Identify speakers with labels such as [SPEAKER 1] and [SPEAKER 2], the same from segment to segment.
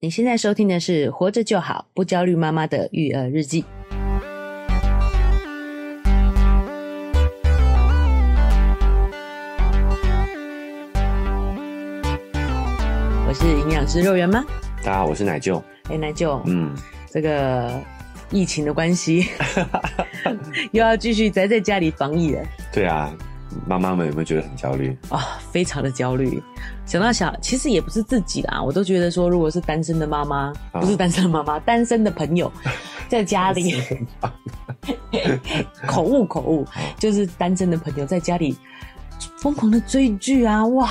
[SPEAKER 1] 你现在收听的是《活着就好，不焦虑妈妈的育儿日记》。我是营养师肉圆妈，
[SPEAKER 2] 大家好，我是奶舅。
[SPEAKER 1] 哎，奶舅，
[SPEAKER 2] 嗯，
[SPEAKER 1] 这个疫情的关系， 又要继续宅在家里防疫了
[SPEAKER 2] 对啊，妈妈们有没有觉得很焦虑？
[SPEAKER 1] 啊、非常的焦虑。想到小，其实也不是自己啦，我都觉得说，如果是单身的妈妈，
[SPEAKER 2] 啊
[SPEAKER 1] 不是单身的妈妈，单身的朋 友，在家里， 口误口
[SPEAKER 2] 哦
[SPEAKER 1] 误，就是单身的朋友在家里疯狂的追剧啊，哇，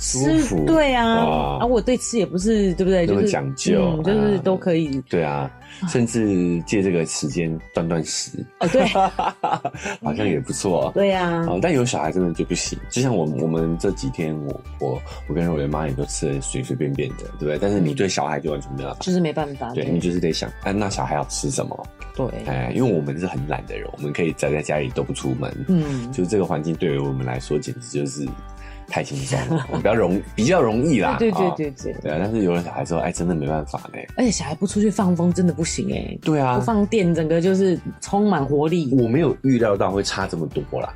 [SPEAKER 1] 吃
[SPEAKER 2] 舒服
[SPEAKER 1] 对啊，
[SPEAKER 2] 哇
[SPEAKER 1] 啊，我对吃也不是对不对？
[SPEAKER 2] 那么
[SPEAKER 1] 就是
[SPEAKER 2] 讲究
[SPEAKER 1] 嗯，就是
[SPEAKER 2] 啊
[SPEAKER 1] 都可以。
[SPEAKER 2] 对啊，甚至借这个时间断 断食，
[SPEAKER 1] 哦，对
[SPEAKER 2] 好像也不错。
[SPEAKER 1] 对啊
[SPEAKER 2] 啊、，但有小孩真的就不行。就像我我们这几天，我我我跟肉圆妈也都吃的随随便便的，对不对？但是你对小孩就完全没有办法。
[SPEAKER 1] 就是没办法，
[SPEAKER 2] 对
[SPEAKER 1] 对
[SPEAKER 2] 你就是得想，哎、那小孩要吃什么？
[SPEAKER 1] 对，
[SPEAKER 2] 哎，因为我们是很懒的人，我们可以宅在家里都不出门，
[SPEAKER 1] 嗯，
[SPEAKER 2] 就是这个环境对于我们来说简直就是太轻松了，比较容比较容易啦。
[SPEAKER 1] 对对
[SPEAKER 2] 啊
[SPEAKER 1] 对对对。
[SPEAKER 2] 对啊，但是有了小孩之后，哎，真的没办法呢。
[SPEAKER 1] 而且小孩不出去放风真的不行 哎、
[SPEAKER 2] 对啊
[SPEAKER 1] 不，放电，整个就是充满活力。
[SPEAKER 2] 我没有预料到会差这么多啦。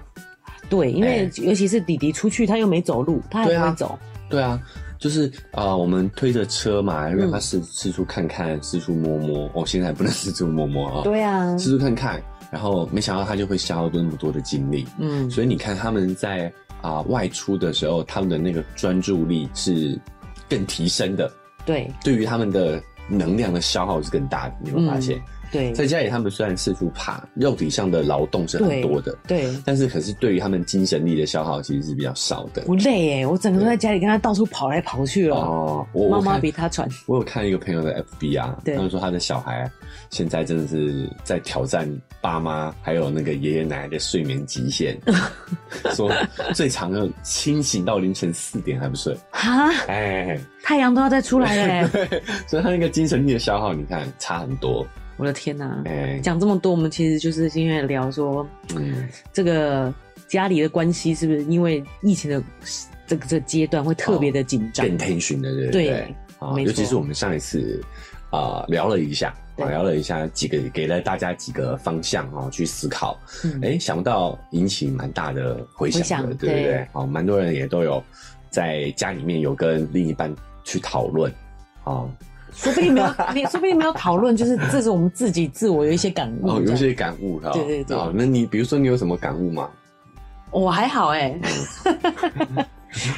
[SPEAKER 1] 对，因为
[SPEAKER 2] 哎
[SPEAKER 1] 尤其是弟弟出去，他又没走路，他还
[SPEAKER 2] 对
[SPEAKER 1] 不
[SPEAKER 2] 啊
[SPEAKER 1] 会走。
[SPEAKER 2] 对啊，就是呃，我们推着车嘛，让他
[SPEAKER 1] 嗯
[SPEAKER 2] 四四处看看，四处摸摸。哦，现在还不能四处摸摸啊、
[SPEAKER 1] 对啊，
[SPEAKER 2] 四处看看。然后没想到他就会消耗那么多的精力，
[SPEAKER 1] 嗯，
[SPEAKER 2] 所以你看他们在啊、外出的时候，他们的那个专注力是更提升的，
[SPEAKER 1] 对
[SPEAKER 2] 对于他们的能量的消耗是更大的。你有没有发现？
[SPEAKER 1] 对
[SPEAKER 2] 在家里，他们虽然四处爬，肉体上的劳动是很多的，
[SPEAKER 1] 对，
[SPEAKER 2] 但是可是对于他们精神力的消耗其实是比较少的。
[SPEAKER 1] 不累哎、我整个都在家里跟他到处跑来跑去哦。
[SPEAKER 2] 哦，我
[SPEAKER 1] 妈
[SPEAKER 2] 我
[SPEAKER 1] 妈
[SPEAKER 2] 看
[SPEAKER 1] 比他 喘，
[SPEAKER 2] 我有看一个朋友的 FB 啊，
[SPEAKER 1] 对
[SPEAKER 2] 他们说他的小孩现在真的是在挑战爸妈还有那个爷爷奶奶的睡眠 极限，说最长的清醒到凌晨四点还不睡，
[SPEAKER 1] 哈，
[SPEAKER 2] 哎，
[SPEAKER 1] 太阳都要再出来了 欸、
[SPEAKER 2] 所以他那个精神力的消耗，你看差很多，
[SPEAKER 1] 我的天哪、
[SPEAKER 2] 哎，
[SPEAKER 1] 讲这么多，我们其实就是今天聊说
[SPEAKER 2] 嗯，
[SPEAKER 1] 这个家里的关系是不是因为疫情的这个这个阶段会特别的紧张？
[SPEAKER 2] 哦变天寻的，对不
[SPEAKER 1] 对，
[SPEAKER 2] 啊，
[SPEAKER 1] 没错
[SPEAKER 2] 尤其是我们上一次啊、聊了一下，
[SPEAKER 1] 对
[SPEAKER 2] 啊聊了一下几个给了大家几个方向啊、去思考，
[SPEAKER 1] 嗯
[SPEAKER 2] 哎、想不到引起蛮大的回响
[SPEAKER 1] 回响
[SPEAKER 2] 的，对不
[SPEAKER 1] 对
[SPEAKER 2] 对？好，蛮多人也都有在家里面有跟另一半去讨论，啊，
[SPEAKER 1] 说不定没有，没说不定没有讨论，就是这是我们自己自我有一些感悟。
[SPEAKER 2] 哦，有一
[SPEAKER 1] 嗯这样，
[SPEAKER 2] 些感悟啊，
[SPEAKER 1] 对对对
[SPEAKER 2] 啊，那你比如说你有什么感悟吗？哦
[SPEAKER 1] 我还好哎、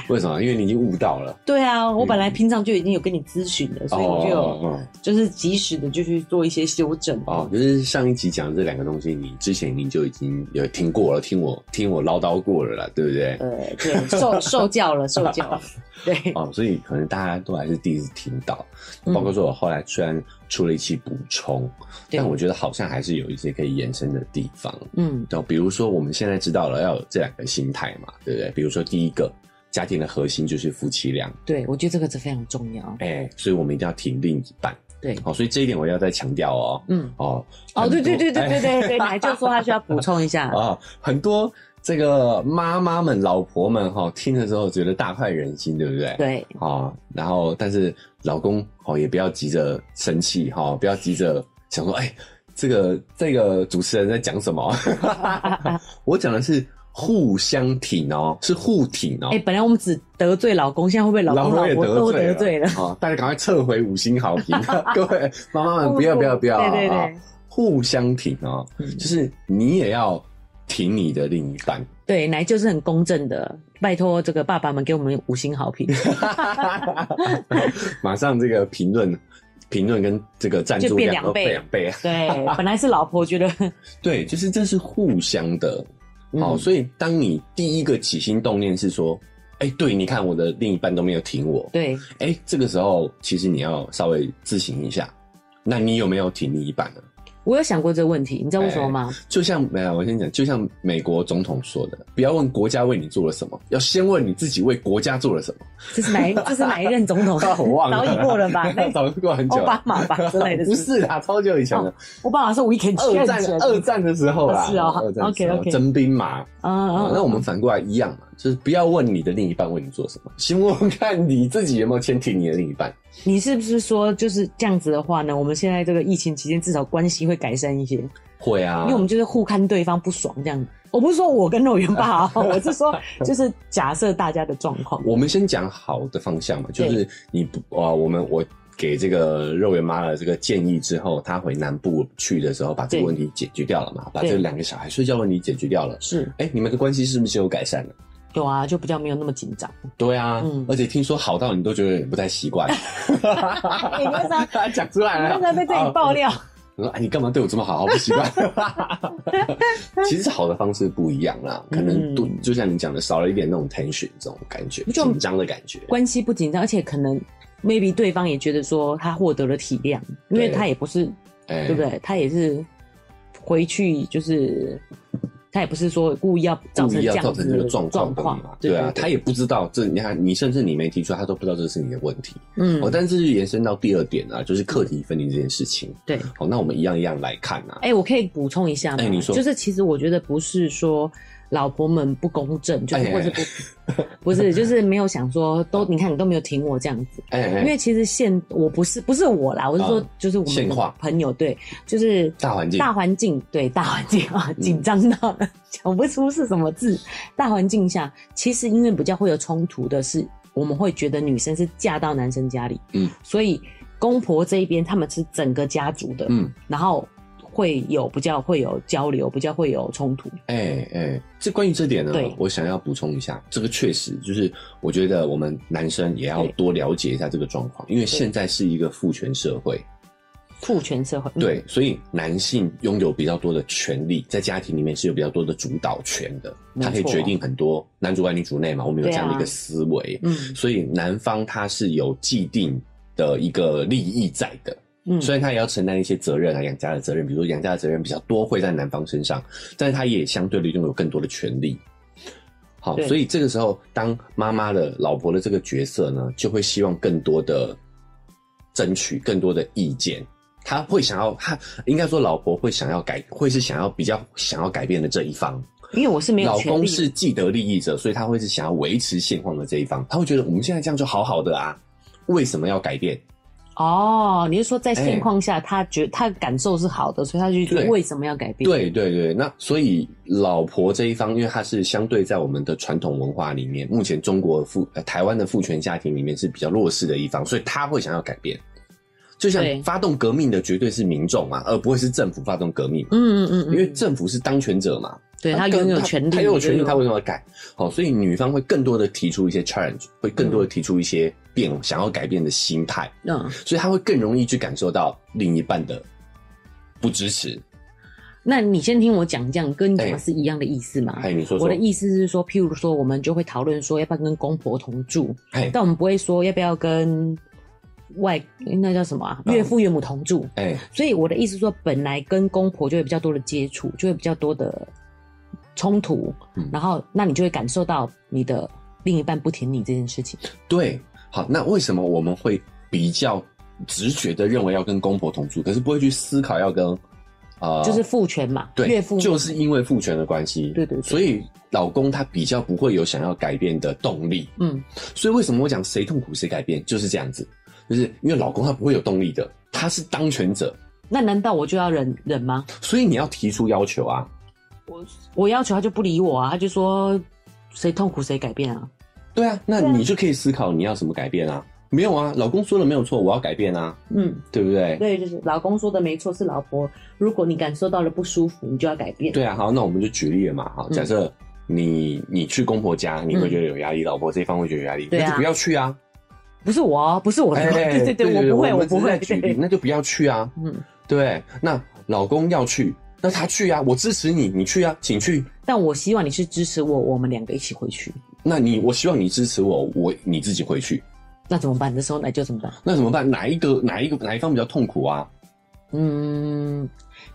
[SPEAKER 2] 为什么？因为你已经悟到了，
[SPEAKER 1] 对啊，我本来平常就已经有跟你咨询了，所以我就有
[SPEAKER 2] 哦
[SPEAKER 1] 就是及时的就去做一些修正。
[SPEAKER 2] 哦，就是上一集讲的这两个东西，你之前你就已经有听过了，听我听我唠叨过了啦，对不对？
[SPEAKER 1] 呃， 对，受受教了，受教了，对，
[SPEAKER 2] 哦，所以可能大家都还是第一次听到，
[SPEAKER 1] 嗯
[SPEAKER 2] 包括说我后来虽然出了一期补充，
[SPEAKER 1] 对
[SPEAKER 2] 但我觉得好像还是有一些可以延伸的地方。
[SPEAKER 1] 嗯，
[SPEAKER 2] 那比如说我们现在知道了要有这两个心态嘛，对不对？比如说第一个，家庭的核心就是夫妻俩，
[SPEAKER 1] 对，我觉得这个是非常重要。
[SPEAKER 2] 哎、所以我们一定要挺另一半。
[SPEAKER 1] 对
[SPEAKER 2] 好、所以这一点我要再强调哦。
[SPEAKER 1] 嗯，
[SPEAKER 2] 哦，
[SPEAKER 1] 哦，对
[SPEAKER 2] 很多
[SPEAKER 1] 对对对对
[SPEAKER 2] 哎
[SPEAKER 1] 对对，奶就说他需要补充一 下，
[SPEAKER 2] 啊，很多这个妈妈们、老婆们哈、听了之后觉得大快人心，对不对？。
[SPEAKER 1] 对，
[SPEAKER 2] 哦，然后但是老公哦也不要急着生气哈、哦，不要急着想说，哎，这个这个主持人在讲什么？ 我讲的是互相挺哦，是互挺哦。
[SPEAKER 1] 哎，本来我们只得罪老公，现在会不会老公
[SPEAKER 2] 老
[SPEAKER 1] 老
[SPEAKER 2] 也
[SPEAKER 1] 婆都
[SPEAKER 2] 罪
[SPEAKER 1] 得罪了？
[SPEAKER 2] 哦，大家赶快撤回五星好评，啊 各位妈妈们不要不要不要，
[SPEAKER 1] 对对
[SPEAKER 2] 啊
[SPEAKER 1] 对，
[SPEAKER 2] 互相挺哦，
[SPEAKER 1] 嗯
[SPEAKER 2] 就是你也要挺你的另一半，
[SPEAKER 1] 对，奶就是很公正的，拜托这个爸爸们给我们五星好评，
[SPEAKER 2] 马上这个评论评论跟这个赞
[SPEAKER 1] 就
[SPEAKER 2] 助
[SPEAKER 1] 变
[SPEAKER 2] 量
[SPEAKER 1] 两
[SPEAKER 2] 都
[SPEAKER 1] 倍
[SPEAKER 2] 倍两倍啊，
[SPEAKER 1] 对，本来是老婆觉得，
[SPEAKER 2] 对，就是这是互相的。哦，
[SPEAKER 1] 嗯
[SPEAKER 2] 所以当你第一个起心动念是说，哎、对，你看我的另一半都没有挺我，
[SPEAKER 1] 对，
[SPEAKER 2] 哎、这个时候其实你要稍微自省一下，那你有没有挺另一半呢？
[SPEAKER 1] 我有想过这个问题，你知道为什么吗？
[SPEAKER 2] 就像没有，我先讲，就像美国总统说的，不要问国家为你做了什么，要先问你自己为国家做了什么。
[SPEAKER 1] 这是哪一这是哪一任总 统？
[SPEAKER 2] 我忘了，
[SPEAKER 1] 早已过了吧？那
[SPEAKER 2] 啊 早已过很久
[SPEAKER 1] 奥
[SPEAKER 2] 了，
[SPEAKER 1] 巴马吧 之类的
[SPEAKER 2] 不是啦，超久以前的，
[SPEAKER 1] 我爸爸是 weekend
[SPEAKER 2] 二战二战的时候啦，
[SPEAKER 1] 哦是哦
[SPEAKER 2] 二战的时候
[SPEAKER 1] OK，OK
[SPEAKER 2] 征兵嘛。
[SPEAKER 1] 啊
[SPEAKER 2] 啊，那
[SPEAKER 1] 啊
[SPEAKER 2] 我们反过来一样嘛，就是不要问你的另一半为你做什么， 先问问看你自己有没有牵替你的另一半。
[SPEAKER 1] 你是不是说就是这样子的话呢？我们现在这个疫情期间，至少关系会改善一些，因
[SPEAKER 2] 会啊，
[SPEAKER 1] 为我们就是互看对方不爽这样。我不是说我跟肉圆爸 啊，我是说就是假设大家的状况。
[SPEAKER 2] 我们先讲好的方向嘛，就是你不啊、我们我给这个肉圆妈的这个建议之后，她回南部去的时候，把这个
[SPEAKER 1] 对
[SPEAKER 2] 问题解决掉了嘛，把
[SPEAKER 1] 对
[SPEAKER 2] 这两个小孩睡觉问题解决掉了。
[SPEAKER 1] 是
[SPEAKER 2] 哎、你们的关系是不是就有改善了？
[SPEAKER 1] 有啊，就比较没有那么紧张。
[SPEAKER 2] 对啊，
[SPEAKER 1] 嗯
[SPEAKER 2] 而且听说好到你都觉得有点不太习惯。
[SPEAKER 1] 你为啥？
[SPEAKER 2] 讲出来了，哦
[SPEAKER 1] 你为啥在这里爆料？
[SPEAKER 2] 我说：“哎，你干嘛对我这么好？好不习 惯。”其实好的方式不一样啦，可能多、
[SPEAKER 1] 嗯
[SPEAKER 2] 就像你讲的，少了一点那种 tension 这种感觉，
[SPEAKER 1] 就
[SPEAKER 2] 紧张的感觉。
[SPEAKER 1] 关系不紧张，而且可能 maybe 对方也觉得说他获得了体谅，因为
[SPEAKER 2] 对
[SPEAKER 1] 他也不是
[SPEAKER 2] 哎
[SPEAKER 1] 对不？对？他也是回去就是。他也不是说故意要造
[SPEAKER 2] 故
[SPEAKER 1] 成
[SPEAKER 2] 意
[SPEAKER 1] 这
[SPEAKER 2] 要
[SPEAKER 1] 样
[SPEAKER 2] 造
[SPEAKER 1] 子
[SPEAKER 2] 成这个
[SPEAKER 1] 的
[SPEAKER 2] 状
[SPEAKER 1] 状
[SPEAKER 2] 况的
[SPEAKER 1] 况
[SPEAKER 2] 嘛，？对啊，他也不知道这，你看，你甚至你没提出来，他都不知道这是你的问题。
[SPEAKER 1] 嗯
[SPEAKER 2] 哦，，但是延伸到第二点啊，就是课题分离这件事情。
[SPEAKER 1] 对，
[SPEAKER 2] 好，那我们一样一样来看啊。
[SPEAKER 1] 哎、我可以补充一下吗？
[SPEAKER 2] 哎你说
[SPEAKER 1] 就是其实我觉得不是说老婆们不公正，就是
[SPEAKER 2] 哎
[SPEAKER 1] 或是不、不是，就是没有想说都，你看你都没有挺我这样子，
[SPEAKER 2] 哎
[SPEAKER 1] 因
[SPEAKER 2] 哎，
[SPEAKER 1] 为其实现我不是不是我啦，我是说
[SPEAKER 2] 嗯
[SPEAKER 1] 就是我们
[SPEAKER 2] 现
[SPEAKER 1] 的
[SPEAKER 2] 况
[SPEAKER 1] 朋友对，就是
[SPEAKER 2] 大环境嗯
[SPEAKER 1] 大环境对大环境啊，紧张到了讲不出是什么字。大环境下，其实因为比较会有冲突的是，我们会觉得女生是嫁到男生家里，
[SPEAKER 2] 嗯，
[SPEAKER 1] 所以公婆这一边他们是整个家族的，
[SPEAKER 2] 嗯，
[SPEAKER 1] 然后会有比较会有交流，比较会有冲突。
[SPEAKER 2] 哎哎，这关于这点呢
[SPEAKER 1] 对，
[SPEAKER 2] 我想要补充一下，这个确实就是我觉得我们男生也要
[SPEAKER 1] 对
[SPEAKER 2] 多了解一下这个状况，因为现在是一个父权社会，
[SPEAKER 1] 父权社会，嗯，
[SPEAKER 2] 对，所以男性拥有比较多的权利，在家庭里面是有比较多的主导权的，
[SPEAKER 1] 没错
[SPEAKER 2] 他可以决定很多男主外女主内嘛，我们有
[SPEAKER 1] 对啊
[SPEAKER 2] 这样的一个思维，
[SPEAKER 1] 嗯
[SPEAKER 2] 所以男方他是有既定的一个利益在的，
[SPEAKER 1] 嗯，
[SPEAKER 2] 虽然他也要承担一些责任啊，养家的责任，比如说养家的责任比较多会在男方身上，但是他也相对的拥有更多的权利。好，
[SPEAKER 1] 对
[SPEAKER 2] 所以这个时候，当妈妈的老婆的这个角色呢，就会希望更多的争取更多的意见。他会想要，他应该说，老婆会想要改，会是想要比较想要改变的这一方。
[SPEAKER 1] 因为我是没有
[SPEAKER 2] 老
[SPEAKER 1] 权
[SPEAKER 2] 公
[SPEAKER 1] 利，
[SPEAKER 2] 是既得利益者，所以他会是想要维持现况的这一方。他会觉得我们现在这样就好好的啊，为什么要改变？
[SPEAKER 1] 哦，你是说在
[SPEAKER 2] 哎
[SPEAKER 1] 现况下，他觉他感受是好的，所以他就觉得
[SPEAKER 2] 对
[SPEAKER 1] 为什么要改变？
[SPEAKER 2] 对对对，那所以老婆这一方，因为她是相对在我们的传统文化里面，目前中国父、呃、台湾的父权家庭里面是比较弱势的一方，所以她会想要改变。就像
[SPEAKER 1] 对
[SPEAKER 2] 发动革命的绝对是民众啊，而不会是政府发动革命嘛，
[SPEAKER 1] 嗯，嗯嗯嗯，
[SPEAKER 2] 因为政府是当权者嘛，
[SPEAKER 1] 对他
[SPEAKER 2] 跟
[SPEAKER 1] 拥有权利，
[SPEAKER 2] 他拥有权利，
[SPEAKER 1] 就是
[SPEAKER 2] 他为什么要改？好、所以女方会更多的提出一些 challenge，会更多的提出一些变、想要改变的心态。
[SPEAKER 1] 嗯，
[SPEAKER 2] 所以他会更容易去感受到另一半的不支持。
[SPEAKER 1] 那你先听我讲，这样跟你讲
[SPEAKER 2] 哎
[SPEAKER 1] 的是一样的意思吗？
[SPEAKER 2] 哎，你说说，
[SPEAKER 1] 我的意思是说，譬如说，我们就会讨论说要不要跟公婆同住，
[SPEAKER 2] 哎
[SPEAKER 1] 但我们不会说要不要跟外那叫什么、啊、
[SPEAKER 2] 嗯
[SPEAKER 1] 岳父岳母同住。
[SPEAKER 2] 哎，
[SPEAKER 1] 所以我的意思是说，本来跟公婆就会比较多的接触，就会比较多的冲突，
[SPEAKER 2] 嗯
[SPEAKER 1] 然后那你就会感受到你的另一半不挺你这件事情。
[SPEAKER 2] 对，好，那为什么我们会比较直觉的认为要跟公婆同住，可是不会去思考要跟呃，
[SPEAKER 1] 就是父权嘛，
[SPEAKER 2] 对，
[SPEAKER 1] 岳父
[SPEAKER 2] 就是因为父权的关系，
[SPEAKER 1] 对对对
[SPEAKER 2] 所以老公他比较不会有想要改变的动力，
[SPEAKER 1] 嗯，
[SPEAKER 2] 所以为什么我讲谁痛苦谁改变，就是这样子，就是因为老公他不会有动力的，他是当权者，
[SPEAKER 1] 那难道我就要忍忍吗？
[SPEAKER 2] 所以你要提出要求啊，
[SPEAKER 1] 我要求他就不理我啊，他就说谁痛苦谁改变啊。
[SPEAKER 2] 对啊，那
[SPEAKER 1] 对啊
[SPEAKER 2] 你就可以思考你要怎么改变啊，没有啊，老公说的没有错，我要改变啊，
[SPEAKER 1] 嗯，
[SPEAKER 2] 对不对？
[SPEAKER 1] 对，就是老公说的没错，是老婆。如果你感受到了不舒服，你就要改变。
[SPEAKER 2] 对啊，好，那我们就举例了嘛，好，
[SPEAKER 1] 嗯
[SPEAKER 2] 假设你你去公婆家，你会觉得有压力，老婆这一方会觉得有压力，
[SPEAKER 1] 对啊
[SPEAKER 2] 那就不要去啊。
[SPEAKER 1] 不是我 哦，不是我的，
[SPEAKER 2] 哎
[SPEAKER 1] 对对对，我不会，我
[SPEAKER 2] 我们只
[SPEAKER 1] 不
[SPEAKER 2] 是
[SPEAKER 1] 会。
[SPEAKER 2] 在举 例，那就不要去啊，
[SPEAKER 1] 嗯，
[SPEAKER 2] 对不对。那老公要去，那他去啊，我支持你，你去啊，请去。
[SPEAKER 1] 但我希望你是支持我，我们两个一起回去。
[SPEAKER 2] 那你，我希望你支持我，我你自己回去，
[SPEAKER 1] 那怎么办？这时候那就怎么办？
[SPEAKER 2] 那怎么办？哪一个哪一个哪一方比较痛苦啊？
[SPEAKER 1] 嗯，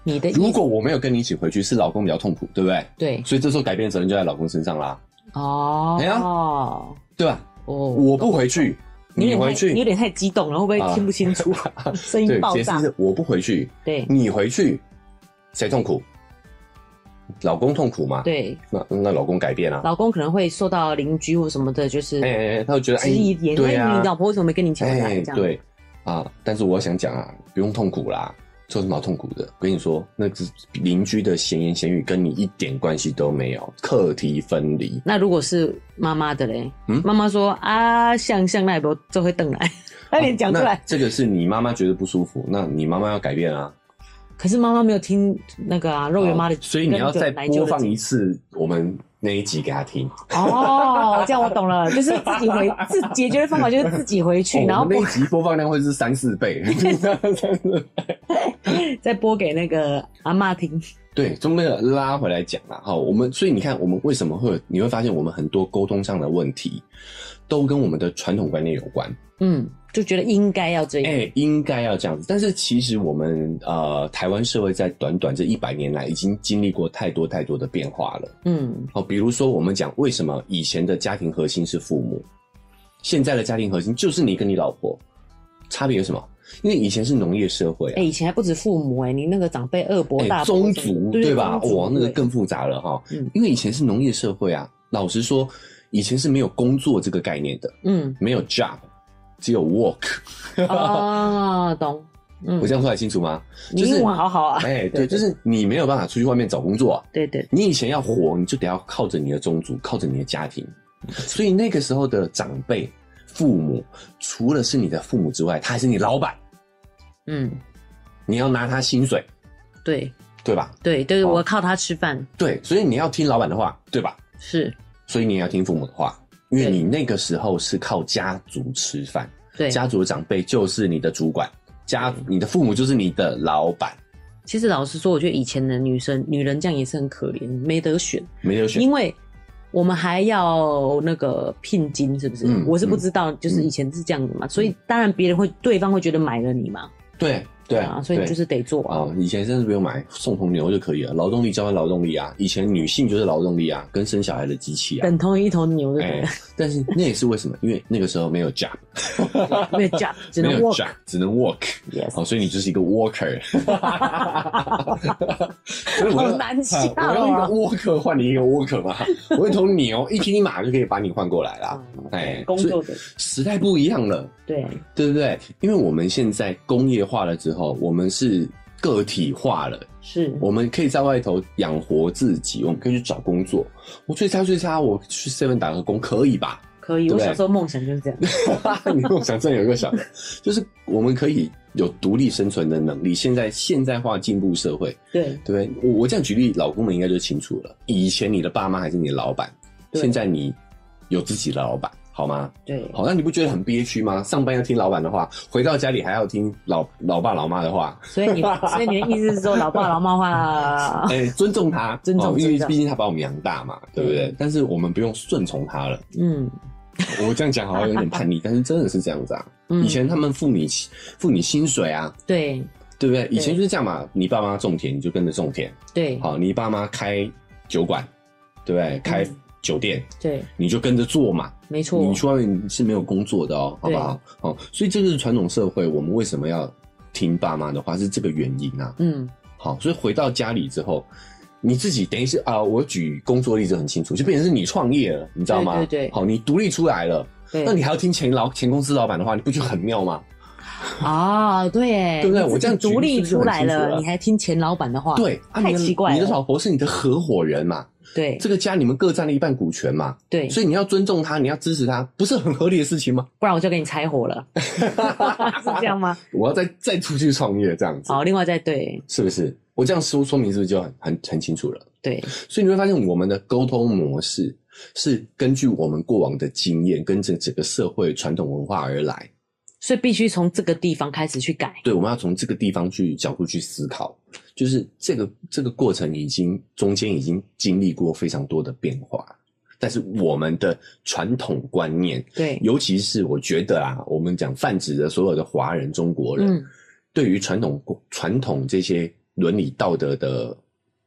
[SPEAKER 1] 你的意
[SPEAKER 2] 如
[SPEAKER 1] 思
[SPEAKER 2] 果我没有跟你一起回去，是老公比较痛苦，对不对？
[SPEAKER 1] 对
[SPEAKER 2] 所以这时候改变责任就在老公身上啦，
[SPEAKER 1] 哦
[SPEAKER 2] 哎呀
[SPEAKER 1] 哦，
[SPEAKER 2] 对吧？我不回去，
[SPEAKER 1] 你
[SPEAKER 2] 你
[SPEAKER 1] 有点
[SPEAKER 2] 回
[SPEAKER 1] 太你有
[SPEAKER 2] 去，
[SPEAKER 1] 点太激动了，会不
[SPEAKER 2] 啊
[SPEAKER 1] 会听不清 楚？声音
[SPEAKER 2] 对，
[SPEAKER 1] 爆
[SPEAKER 2] 解释
[SPEAKER 1] 炸。
[SPEAKER 2] 是我不回去，
[SPEAKER 1] 对，
[SPEAKER 2] 你回去谁痛苦？老公痛苦嘛，
[SPEAKER 1] 对，
[SPEAKER 2] 那那老公改变啊，
[SPEAKER 1] 老公可能会受到邻居或什么的，就是
[SPEAKER 2] 哎哎哎，他会觉得哎
[SPEAKER 1] 质疑，言，
[SPEAKER 2] 对
[SPEAKER 1] 哎
[SPEAKER 2] 啊
[SPEAKER 1] 你，老婆为什么没跟你求
[SPEAKER 2] 哎
[SPEAKER 1] 来？这样，
[SPEAKER 2] 对啊，但是我想讲啊，不用痛苦啦，这有什么好痛苦的？跟你说，那只邻居的闲言闲语跟你一点关系都没有，课题分离。
[SPEAKER 1] 那如果是妈妈的嘞
[SPEAKER 2] 嗯，
[SPEAKER 1] 妈妈说啊，像像那波就会瞪来， 快点讲出
[SPEAKER 2] 那
[SPEAKER 1] 来。
[SPEAKER 2] 这个是你妈妈觉得不舒服，那你妈妈要改变啊。
[SPEAKER 1] 可是妈妈没有听那个啊，肉圆妈的
[SPEAKER 2] 好，哦所以你要再播放一次我们那一集给她听。
[SPEAKER 1] 哦，这样我懂了，就是自己回自解决的方法就是自己回去，
[SPEAKER 2] 哦
[SPEAKER 1] 然后
[SPEAKER 2] 我们
[SPEAKER 1] 播
[SPEAKER 2] 那一集播放量会是三 四倍。
[SPEAKER 1] 再播给那个阿妈听。
[SPEAKER 2] 对，从那个拉回来讲啦，哈，我们所以你看，我们为什么会有你会发现我们很多沟通上的问题，都跟我们的传统观念有关。
[SPEAKER 1] 嗯，就觉得应该要这
[SPEAKER 2] 哎、
[SPEAKER 1] 样。
[SPEAKER 2] 应该要这样子，但是其实我们呃，台湾社会在短短这一百年来，已经经历过太多太多的变化了。
[SPEAKER 1] 嗯，
[SPEAKER 2] 哦，比如说我们讲为什么以前的家庭核心是父母，现在的家庭核心就是你跟你老婆，差别有什么？因为以前是农业社会啊
[SPEAKER 1] 哎，，以前还不止父母哎，你那个长辈二伯
[SPEAKER 2] 哎
[SPEAKER 1] 大伯
[SPEAKER 2] 宗
[SPEAKER 1] 什么
[SPEAKER 2] 族
[SPEAKER 1] 对
[SPEAKER 2] 对吧？
[SPEAKER 1] 宗族
[SPEAKER 2] 哇，那个
[SPEAKER 1] 对
[SPEAKER 2] 更复杂了哈
[SPEAKER 1] 嗯。
[SPEAKER 2] 因为以前是农业社会啊，老实说，以前是没有工作这个概念的，
[SPEAKER 1] 嗯
[SPEAKER 2] 没有 job，只有 work。
[SPEAKER 1] 哦，懂。嗯
[SPEAKER 2] 我，这样说还清楚吗？
[SPEAKER 1] 你
[SPEAKER 2] 就是
[SPEAKER 1] 英文好好啊。
[SPEAKER 2] 哎，对，就是你没有办法出去外面找工作啊、
[SPEAKER 1] 对对，
[SPEAKER 2] 你以前要活，你就得要靠着你的宗族，靠着你的家庭。所以那个时候的长辈、父母，除了是你的父母之外，他还是你老板，
[SPEAKER 1] 嗯，
[SPEAKER 2] 你要拿他薪水，
[SPEAKER 1] 对
[SPEAKER 2] 对吧？
[SPEAKER 1] 对对，
[SPEAKER 2] 哦
[SPEAKER 1] 我靠他吃饭
[SPEAKER 2] 对，所以你要听老板的话，对吧？
[SPEAKER 1] 是，
[SPEAKER 2] 所以你也要听父母的话，因为
[SPEAKER 1] 对
[SPEAKER 2] 你那个时候是靠家族吃饭，
[SPEAKER 1] 对。
[SPEAKER 2] 家族的长辈就是你的主管，家你的父母就是你的老板，
[SPEAKER 1] 其实老实说，我觉得以前的女生女人这样也是很可怜，没得选。
[SPEAKER 2] 没有选。
[SPEAKER 1] 因为我们还要那个聘金，是不是？
[SPEAKER 2] 嗯
[SPEAKER 1] 我是不知道，就是以前是这样的嘛，所以当然别人会，对方会觉得买了你嘛，
[SPEAKER 2] 对对
[SPEAKER 1] 啊，所以
[SPEAKER 2] 对
[SPEAKER 1] 就是得做啊，
[SPEAKER 2] 啊、以前真的不用买，送红牛就可以了。劳动力交换劳动力啊，以前女性就是劳动力啊，跟生小孩的机器啊。
[SPEAKER 1] 等同于一头牛，对
[SPEAKER 2] 哎、
[SPEAKER 1] 不
[SPEAKER 2] 但是那也是为什么？因为那个时候没有 job，
[SPEAKER 1] 对？没有 job，只能
[SPEAKER 2] 没有
[SPEAKER 1] work。
[SPEAKER 2] job，只能 work。
[SPEAKER 1] Yes，
[SPEAKER 2] 哦，所以你就是一 个 worker。所以我
[SPEAKER 1] 好难笑
[SPEAKER 2] 我用一个
[SPEAKER 1] 啊
[SPEAKER 2] worker 换你一个 worker 嘛，我一头牛哦 一匹马就可以把你换过来啦。
[SPEAKER 1] 嗯
[SPEAKER 2] 哎、
[SPEAKER 1] 工
[SPEAKER 2] 所
[SPEAKER 1] 作
[SPEAKER 2] 以
[SPEAKER 1] 的
[SPEAKER 2] 时代不一样了。
[SPEAKER 1] 对，
[SPEAKER 2] 对不对？因为我们现在工业化了之后，我们是个体化了，
[SPEAKER 1] 是
[SPEAKER 2] 我们可以在外头养活自己，我们可以去找工作。我最差最差，我去 seven 打个工可以吧？
[SPEAKER 1] 可以。
[SPEAKER 2] 对
[SPEAKER 1] 我
[SPEAKER 2] 不对
[SPEAKER 1] 小时候梦想就是 这样，
[SPEAKER 2] 你跟我想真的有一个想， 就是我们可以有独立生存的能力。现在现代化进步社会，
[SPEAKER 1] 对
[SPEAKER 2] 对不对？我我这样举例，老公们应该就清楚了。以前你的爸妈还是你的老板，
[SPEAKER 1] 对
[SPEAKER 2] 现在你有自己的老板，好吗？
[SPEAKER 1] 对
[SPEAKER 2] 好，那你不觉得很憋屈吗？上班要听老板的话，回到家里还要听老老爸老妈的 话，
[SPEAKER 1] 所 以你所以你的意思是说，老爸老妈话，
[SPEAKER 2] 哎、尊重他，
[SPEAKER 1] 尊重
[SPEAKER 2] 哦因
[SPEAKER 1] 尊
[SPEAKER 2] 为
[SPEAKER 1] 重
[SPEAKER 2] 毕竟他把我们养大嘛，对不对？
[SPEAKER 1] 嗯
[SPEAKER 2] 但是我们不用顺从他了。
[SPEAKER 1] 嗯
[SPEAKER 2] 我这样讲好像有点叛逆，但是真的是这样子啊。
[SPEAKER 1] 嗯
[SPEAKER 2] 以，前他们付你付你薪水啊，
[SPEAKER 1] 对嗯
[SPEAKER 2] 对不对？以前就是这样嘛，你爸妈种田你就跟着种田，
[SPEAKER 1] 对
[SPEAKER 2] 好，你爸妈开酒馆，对不
[SPEAKER 1] 嗯
[SPEAKER 2] 对？开酒店
[SPEAKER 1] 对，
[SPEAKER 2] 你就跟着做嘛，
[SPEAKER 1] 没错，
[SPEAKER 2] 你去外面是没有工作的哦，好不好？哦，所以这就是传统社会，我们为什么要听爸妈的话，是这个原因啊。
[SPEAKER 1] 嗯
[SPEAKER 2] 好，所以回到家里之后，你自己等于是啊，我举工作例子很清楚，就变成是你创业了，你知道吗？
[SPEAKER 1] 对对对
[SPEAKER 2] 好，你独立出来了，
[SPEAKER 1] 对
[SPEAKER 2] 那你还要听前老前公司老板的话，你不觉得很妙吗？
[SPEAKER 1] 啊，对耶，
[SPEAKER 2] 对不对
[SPEAKER 1] 你
[SPEAKER 2] 我
[SPEAKER 1] 自己
[SPEAKER 2] 这样举
[SPEAKER 1] 独立
[SPEAKER 2] 例是
[SPEAKER 1] 出
[SPEAKER 2] 不是
[SPEAKER 1] 来
[SPEAKER 2] 很清楚
[SPEAKER 1] 了，
[SPEAKER 2] 了
[SPEAKER 1] 你还听钱老板的话？
[SPEAKER 2] 对，啊、你
[SPEAKER 1] 太
[SPEAKER 2] 的
[SPEAKER 1] 奇怪了
[SPEAKER 2] 你的老婆是你的合伙人嘛，
[SPEAKER 1] 对
[SPEAKER 2] 这个家你们各占了一半股权嘛，
[SPEAKER 1] 对，
[SPEAKER 2] 所以你要尊重他，你要支持他，不是很合理的事情吗？
[SPEAKER 1] 不然我就给你拆伙 了，是这样吗？
[SPEAKER 2] 我要再再出去创业这样子。
[SPEAKER 1] 好，另外再对
[SPEAKER 2] 是不是？我这样说说明是不是就很很很清楚了？
[SPEAKER 1] 对，
[SPEAKER 2] 所以你会发现，我们的沟通模式是根据我们过往的经验跟这整个社会传统文化而来。
[SPEAKER 1] 所以必须从这个地方开始去改。
[SPEAKER 2] 对，我们要从这个地方去角度去思考，就是这个这个过程已经中间已经经历过非常多的变化，但是我们的传统观念，
[SPEAKER 1] 对，
[SPEAKER 2] 尤其是我觉得啊，我们讲泛指的所有的华人、中国人，
[SPEAKER 1] 嗯，
[SPEAKER 2] 对于传统传统这些伦理道德的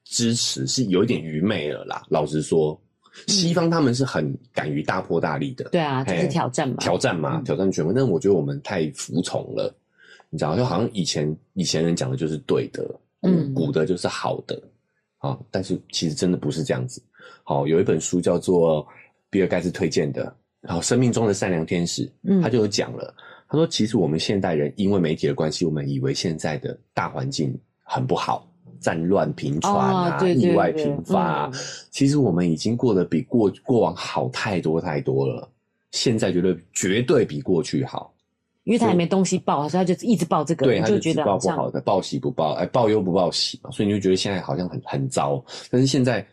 [SPEAKER 2] 支持是有一点愚昧了啦。老实说，西方他们是很敢于大破大立的，
[SPEAKER 1] 嗯对啊，就是
[SPEAKER 2] 嘿
[SPEAKER 1] 挑战嘛。
[SPEAKER 2] 挑战嘛，
[SPEAKER 1] 嗯
[SPEAKER 2] 挑战权威。但我觉得我们太服从了，你知道，就好像以前以前人讲的就是对的，
[SPEAKER 1] 嗯
[SPEAKER 2] 古的就是好的，啊，但是其实真的不是这样子。好，有一本书叫做比尔盖茨推荐的，然后《生命中的善良天使》，
[SPEAKER 1] 嗯
[SPEAKER 2] 他就有讲了，他说其实我们现代人因为媒体的关系，我们以为现在的大环境很不好，战乱频传
[SPEAKER 1] 哦
[SPEAKER 2] 啊，
[SPEAKER 1] 对对
[SPEAKER 2] 意外
[SPEAKER 1] 对
[SPEAKER 2] 频发啊，
[SPEAKER 1] 嗯
[SPEAKER 2] 其实我们已经过得比过过往好太多太多了，现在绝对绝对比过去好。
[SPEAKER 1] 因为他也没东西报，所以他就一直报这个，
[SPEAKER 2] 对，
[SPEAKER 1] 你
[SPEAKER 2] 他
[SPEAKER 1] 就
[SPEAKER 2] 只
[SPEAKER 1] 觉得
[SPEAKER 2] 报
[SPEAKER 1] 好
[SPEAKER 2] 不好
[SPEAKER 1] 像
[SPEAKER 2] 的，报喜不报，哎，报忧不报喜嘛，所以你就觉得现在好像很很糟。但是现在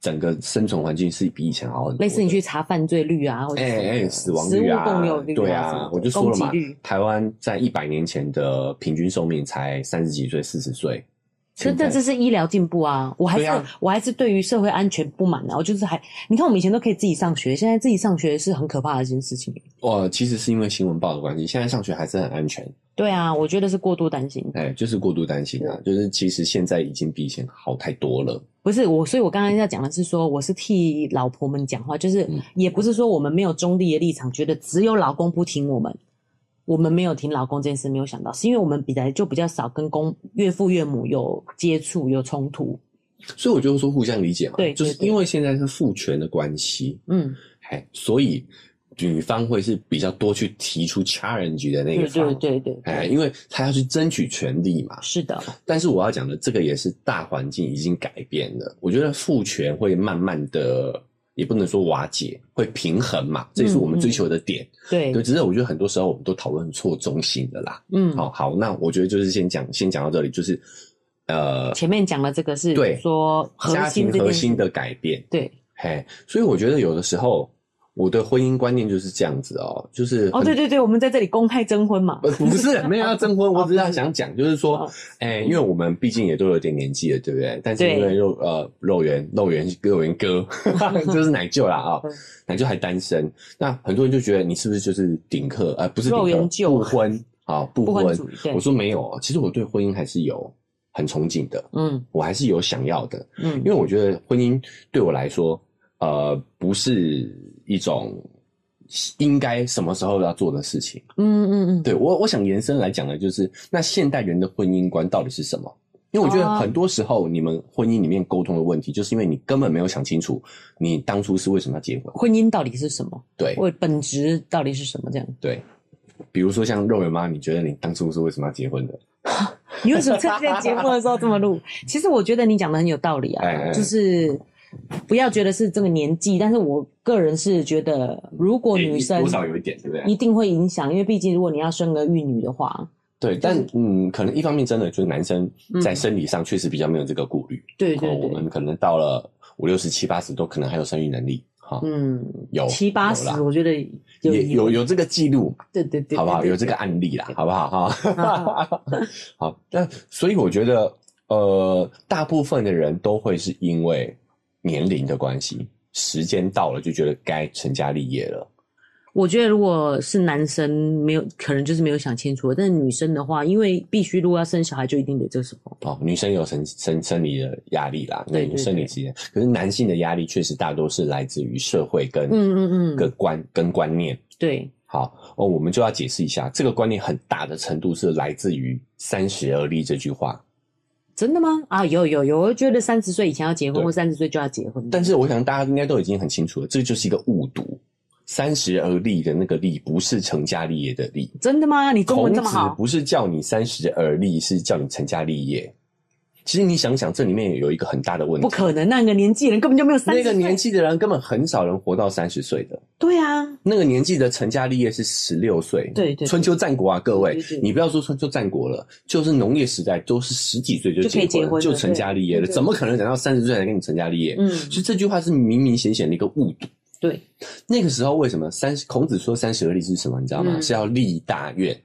[SPEAKER 2] 整个生存环境是比以前好很多的。
[SPEAKER 1] 类似你去查犯罪率啊，或者
[SPEAKER 2] 哎
[SPEAKER 1] 是
[SPEAKER 2] 哎，死亡率啊，
[SPEAKER 1] 食物共有率
[SPEAKER 2] 对
[SPEAKER 1] 什么
[SPEAKER 2] 啊
[SPEAKER 1] 的，
[SPEAKER 2] 我就说了
[SPEAKER 1] 攻
[SPEAKER 2] 嘛
[SPEAKER 1] 击率，
[SPEAKER 2] 台湾在一百年前的平均寿命才三十几岁、四十岁，
[SPEAKER 1] 真的，
[SPEAKER 2] 现在
[SPEAKER 1] 这是医疗进步啊！我还是、
[SPEAKER 2] 对啊
[SPEAKER 1] 我还是对于社会安全不满啊！我就是还，你看我们以前都可以自己上学，现在自己上学是很可怕的一件事情。
[SPEAKER 2] 哦，其实是因为新闻报的关系，现在上学还是很安全，
[SPEAKER 1] 对啊，我觉得是过度担心。
[SPEAKER 2] 哎，就是过度担心啊，就是其实现在已经比以前好太多了，
[SPEAKER 1] 不是我，所以我刚刚要讲的是说，我是替老婆们讲话，就是、
[SPEAKER 2] 嗯
[SPEAKER 1] 也不是说我们没有中立的立场，觉得只有老公不听我们，我们没有听老公这件事，没有想到，是因为我们比来就比较少跟公岳父岳母有接触有冲突。
[SPEAKER 2] 所以我就说互相理解嘛，
[SPEAKER 1] 对
[SPEAKER 2] 就是
[SPEAKER 1] 对对
[SPEAKER 2] 因为现在是父权的关系，
[SPEAKER 1] 嗯，
[SPEAKER 2] 哎，所以女方会是比较多去提出 challenge 的那
[SPEAKER 1] 对
[SPEAKER 2] 个方，
[SPEAKER 1] 对对对，
[SPEAKER 2] 哎，因为她要去争取权利嘛，
[SPEAKER 1] 是的，
[SPEAKER 2] 但是我要讲的这个也是大环境已经改变了，我觉得父权会慢慢的，也不能说瓦解，会平衡嘛，这也是我
[SPEAKER 1] 嗯
[SPEAKER 2] 们追求的点。
[SPEAKER 1] 对，
[SPEAKER 2] 对，只是我觉得很多时候我们都讨论错中心了啦。
[SPEAKER 1] 嗯，
[SPEAKER 2] 好、好，那我觉得就是先讲，先讲到这里，就是呃，
[SPEAKER 1] 前面讲的这个是
[SPEAKER 2] 对
[SPEAKER 1] 说核
[SPEAKER 2] 家
[SPEAKER 1] 心
[SPEAKER 2] 庭
[SPEAKER 1] 这件
[SPEAKER 2] 核
[SPEAKER 1] 事
[SPEAKER 2] 心的改变。
[SPEAKER 1] 对
[SPEAKER 2] 嘿，所以我觉得有的时候我的婚姻观念就是这样子哦，就是
[SPEAKER 1] 哦，
[SPEAKER 2] 很
[SPEAKER 1] 对对对，我们在这里公开征婚嘛，
[SPEAKER 2] 呃，不是没有要征婚，我只是要想讲，就是说
[SPEAKER 1] 哦，
[SPEAKER 2] 哎、因为我们毕竟也都有点年纪了，对不对？但是
[SPEAKER 1] 对
[SPEAKER 2] 因为肉呃肉圆肉圆肉圆 哥就是奶舅啦啊、
[SPEAKER 1] 嗯
[SPEAKER 2] 奶舅还单身，那很多人就觉得你是不是就是顶客？呃，不是顶
[SPEAKER 1] 肉圆
[SPEAKER 2] 客，
[SPEAKER 1] 舅
[SPEAKER 2] 不婚啊，不
[SPEAKER 1] 不
[SPEAKER 2] 婚。
[SPEAKER 1] 婚主义，对
[SPEAKER 2] 我，说没有，哦其实我对婚姻还是有很憧憬的，
[SPEAKER 1] 嗯
[SPEAKER 2] 我还是有想要的，
[SPEAKER 1] 嗯
[SPEAKER 2] 因为我觉得婚姻对我来说，呃，不是一种应该什么时候要做的事情。
[SPEAKER 1] 嗯嗯嗯，
[SPEAKER 2] 对我，我想延伸来讲的就是，那现代人的婚姻观到底是什么？因为我觉得
[SPEAKER 1] 哦
[SPEAKER 2] 很多时候，你们婚姻里面沟通的问题，就是因为你根本没有想清楚，你当初是为什么要结婚。
[SPEAKER 1] 婚姻到底是什么？
[SPEAKER 2] 对
[SPEAKER 1] 我本质到底是什么？这样，
[SPEAKER 2] 对，比如说像肉圆妈，你觉得你当初是为什么要结婚的？
[SPEAKER 1] 你为什么趁在节目的时候这么 录？其实我觉得你讲的很有道理啊，
[SPEAKER 2] 哎哎
[SPEAKER 1] 就是不要觉得是这个年纪，但是我个人是觉得，如果
[SPEAKER 2] 诶
[SPEAKER 1] 女生
[SPEAKER 2] 哎多少有一点，对不
[SPEAKER 1] 一
[SPEAKER 2] 对？
[SPEAKER 1] 定会影响，因为毕竟如果你要生儿育女的
[SPEAKER 2] 哦
[SPEAKER 1] 话，
[SPEAKER 2] 对，但嗯，可能一方面真的就是男生在
[SPEAKER 1] 嗯
[SPEAKER 2] 生理上确实比较没有这个顾虑，
[SPEAKER 1] 对
[SPEAKER 2] 哦
[SPEAKER 1] 对
[SPEAKER 2] 我
[SPEAKER 1] 对，
[SPEAKER 2] 们可能到了五六十七八十都可能还有生育能力，哈、
[SPEAKER 1] 嗯，
[SPEAKER 2] 有
[SPEAKER 1] 七八
[SPEAKER 2] 哦有啦
[SPEAKER 1] 十，我觉得有
[SPEAKER 2] 也有有这个记录，
[SPEAKER 1] 对对对，
[SPEAKER 2] 好不好？
[SPEAKER 1] 对
[SPEAKER 2] 有这个案例啦，好不好？
[SPEAKER 1] 啊
[SPEAKER 2] 哈，好。那所以我觉得，呃，大部分的人都会是因为年龄的关系，时间到了就觉得该成家立业了。
[SPEAKER 1] 我觉得如果是男生没有，可能就是没有想清楚。但是女生的话，因为必须如果要生小孩，就一定得这时候。
[SPEAKER 2] 哦，女生有生生生理的压力啦，
[SPEAKER 1] 对对
[SPEAKER 2] 那生理
[SPEAKER 1] 对
[SPEAKER 2] 时间。可是男性的压力确实大多是来自于社会跟、
[SPEAKER 1] 嗯嗯
[SPEAKER 2] 跟
[SPEAKER 1] 嗯，
[SPEAKER 2] 观跟观念。
[SPEAKER 1] 对，
[SPEAKER 2] 好哦，我们就要解释一下，这个观念很大的程度是来自于“三十而立”这句话。
[SPEAKER 1] 真的吗？啊，有有有，我觉得三十岁以前要结婚，
[SPEAKER 2] 对
[SPEAKER 1] 或三十岁就要结婚。
[SPEAKER 2] 但是我想大家应该都已经很清楚了，这就是一个误读。三十而立的那个立，不是成家立业的立。
[SPEAKER 1] 真的吗？你中
[SPEAKER 2] 孔
[SPEAKER 1] 文这
[SPEAKER 2] 子
[SPEAKER 1] 么好？
[SPEAKER 2] 不是叫你三十而立，是叫你成家立业。其实你想想，这里面有一个很大的问题。
[SPEAKER 1] 不可能，那个年纪人根本就没有三
[SPEAKER 2] 那
[SPEAKER 1] 十
[SPEAKER 2] 个
[SPEAKER 1] 岁。
[SPEAKER 2] 年纪的人根本很少人活到三十岁的。
[SPEAKER 1] 对啊，
[SPEAKER 2] 那个年纪的成家立业是十六岁，
[SPEAKER 1] 对对对
[SPEAKER 2] 春秋战国啊，各位
[SPEAKER 1] 对对对，
[SPEAKER 2] 你不要说春秋战国了，就是农业时代都是十几岁就
[SPEAKER 1] 就可以
[SPEAKER 2] 结
[SPEAKER 1] 结
[SPEAKER 2] 婚，
[SPEAKER 1] 婚了
[SPEAKER 2] 就成家立业了，
[SPEAKER 1] 对对对
[SPEAKER 2] 怎么可能等到三十岁才跟你成家立业？
[SPEAKER 1] 嗯
[SPEAKER 2] 其实这句话是明明显显的一个误读。
[SPEAKER 1] 对，
[SPEAKER 2] 那个时候为什么三十孔子说三十而立是什么？你知道吗？
[SPEAKER 1] 嗯
[SPEAKER 2] 是要立大愿，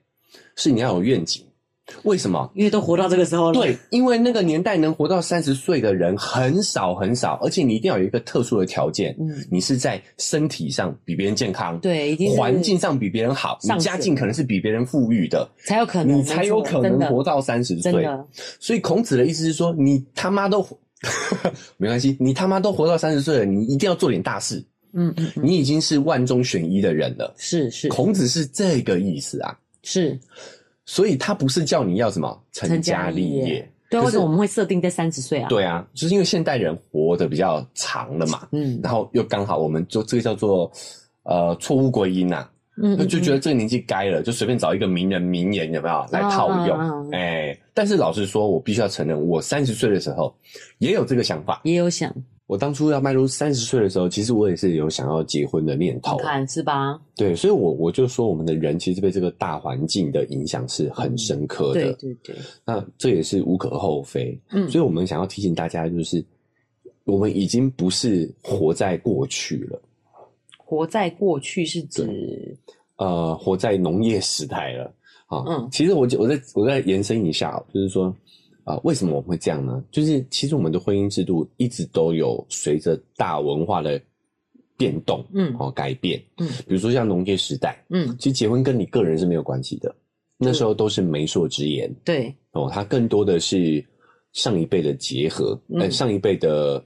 [SPEAKER 2] 是你要有愿景。为什么？
[SPEAKER 1] 因为都活到这个时候了。
[SPEAKER 2] 对，因为那个年代能活到三十岁的人很少很少，而且你一定要有一个特殊的条件，
[SPEAKER 1] 嗯
[SPEAKER 2] 你是在身体上比别人健康，，
[SPEAKER 1] 对，已经是
[SPEAKER 2] 环境上比别人好，你
[SPEAKER 1] 上
[SPEAKER 2] 家
[SPEAKER 1] 学
[SPEAKER 2] 境可能是比别人富裕的，
[SPEAKER 1] 才有可能，
[SPEAKER 2] 你嗯才有可
[SPEAKER 1] 没错
[SPEAKER 2] 能
[SPEAKER 1] 真的
[SPEAKER 2] 活到三十
[SPEAKER 1] 真
[SPEAKER 2] 岁。
[SPEAKER 1] 的。
[SPEAKER 2] 所以孔子的意思是说，你他妈都 活没关系，你他妈都活到三十岁了，你一定要做点大事，
[SPEAKER 1] 嗯嗯嗯，
[SPEAKER 2] 你已经是万中选一的人了。
[SPEAKER 1] 是是
[SPEAKER 2] 孔子是这个意思啊，
[SPEAKER 1] 是，
[SPEAKER 2] 所以他不是叫你要什么
[SPEAKER 1] 成
[SPEAKER 2] 成
[SPEAKER 1] 家
[SPEAKER 2] 家
[SPEAKER 1] 立
[SPEAKER 2] 立
[SPEAKER 1] 业
[SPEAKER 2] 业，
[SPEAKER 1] 对啊，为
[SPEAKER 2] 可是
[SPEAKER 1] 什么我们会设定在三十岁啊？，
[SPEAKER 2] 对啊，就是因为现代人活得比较长了嘛，
[SPEAKER 1] 嗯
[SPEAKER 2] 然后又刚好我们就这个叫做呃错误归因呐、
[SPEAKER 1] 嗯
[SPEAKER 2] 就就觉得这个年纪该了，就随便找一个名人名言有没有来套用？哎、
[SPEAKER 1] 嗯嗯嗯
[SPEAKER 2] 但是老实说，我必须要承认，我三十岁的时候也有这个想法。
[SPEAKER 1] 也有想，
[SPEAKER 2] 我当初要迈入三十岁的时候，其实我也是有想要结婚的念头
[SPEAKER 1] 你。看是吧？
[SPEAKER 2] 对，所以我，我就说，我们的人其实被这个大环境的影响是很深刻
[SPEAKER 1] 对
[SPEAKER 2] 的。
[SPEAKER 1] 对对，
[SPEAKER 2] 那这也是无可厚非。
[SPEAKER 1] 嗯
[SPEAKER 2] 所以我们想要提醒大家，就是我们已经不是活在过去了，
[SPEAKER 1] 活在过去是指
[SPEAKER 2] 呃，活在农业时代了啊。
[SPEAKER 1] 嗯
[SPEAKER 2] 其实我就我再我再延伸一下哦，就是说啊、为什么我们会这样呢？就是其实我们的婚姻制度一直都有随着大文化的变动，
[SPEAKER 1] 嗯
[SPEAKER 2] 哦，改变，
[SPEAKER 1] 嗯
[SPEAKER 2] 比如说像农业时代，
[SPEAKER 1] 嗯，
[SPEAKER 2] 其实结婚跟你个人是没有关系的，那时候都是媒妁之言。
[SPEAKER 1] 对，
[SPEAKER 2] 哦，它更多的是上一辈的结合，
[SPEAKER 1] 嗯
[SPEAKER 2] 呃，上一辈的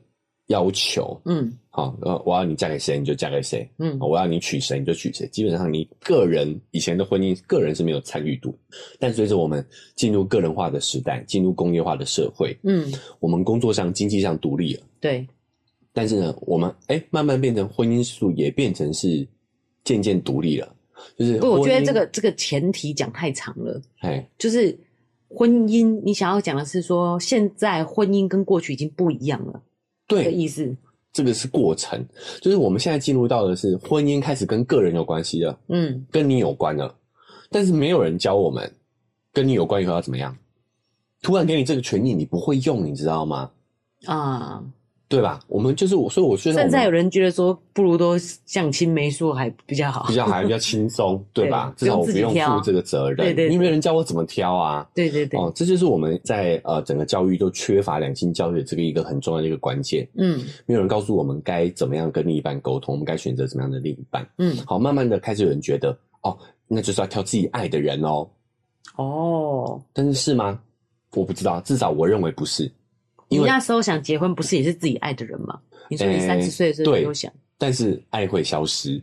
[SPEAKER 2] 要求。
[SPEAKER 1] 嗯
[SPEAKER 2] 好、呃，我要你嫁给谁，你就嫁给谁；
[SPEAKER 1] 嗯
[SPEAKER 2] 哦我要你娶谁，你就娶谁。基本上，你个人以前的婚姻，个人是没有参与度。但随着我们进入个人化的时代，进入工业化的社会，
[SPEAKER 1] 嗯，
[SPEAKER 2] 我们工作上、经济上独立了，
[SPEAKER 1] 对，
[SPEAKER 2] 但是呢，我们哎、慢慢变成婚姻素，也变成是渐渐独立了。就是
[SPEAKER 1] 不，我
[SPEAKER 2] 婚
[SPEAKER 1] 觉得这
[SPEAKER 2] 姻
[SPEAKER 1] 个这个前提讲太长了，
[SPEAKER 2] 哎，
[SPEAKER 1] 就是婚姻，你想要讲的是说，现在婚姻跟过去已经不一样了
[SPEAKER 2] 对
[SPEAKER 1] 的，意思，
[SPEAKER 2] 这个是过程，就是我们现在进入到的是婚姻开始跟个人有关系了，
[SPEAKER 1] 嗯，
[SPEAKER 2] 跟你有关了，但是没有人教我们跟你有关以后要怎么样。突然给你这个权利，你不会用，你知道吗？
[SPEAKER 1] 啊，
[SPEAKER 2] 对吧？我们就是我，所以我觉得我
[SPEAKER 1] 现在有
[SPEAKER 2] 们
[SPEAKER 1] 人觉得说，不如都相亲没说还比较好
[SPEAKER 2] 比。较还比较轻松，对吧？
[SPEAKER 1] 对
[SPEAKER 2] 至少我
[SPEAKER 1] 不
[SPEAKER 2] 不
[SPEAKER 1] 用
[SPEAKER 2] 用
[SPEAKER 1] 自己挑
[SPEAKER 2] 负这个责任，
[SPEAKER 1] 对对对
[SPEAKER 2] 因为没人教我怎么挑啊。
[SPEAKER 1] 对对对，
[SPEAKER 2] 哦，这就是我们在呃整个教育都缺乏两性教育的这个一个很重要的一个关键，
[SPEAKER 1] 嗯
[SPEAKER 2] 没有人告诉我们该怎么样跟另一半沟通，我们该选择怎么样的另一半。
[SPEAKER 1] 嗯，
[SPEAKER 2] 好，慢慢的开始有人觉得，哦，那就是要挑自己爱的人哦。
[SPEAKER 1] 哦，
[SPEAKER 2] 但是是吗？我不知道，至少我认为不是。
[SPEAKER 1] 你
[SPEAKER 2] 因为
[SPEAKER 1] 那时候想结婚，不是也是自己爱的人吗？你说你
[SPEAKER 2] 诶
[SPEAKER 1] 三十岁的时候
[SPEAKER 2] 对
[SPEAKER 1] 没有想，
[SPEAKER 2] 但是爱会消失。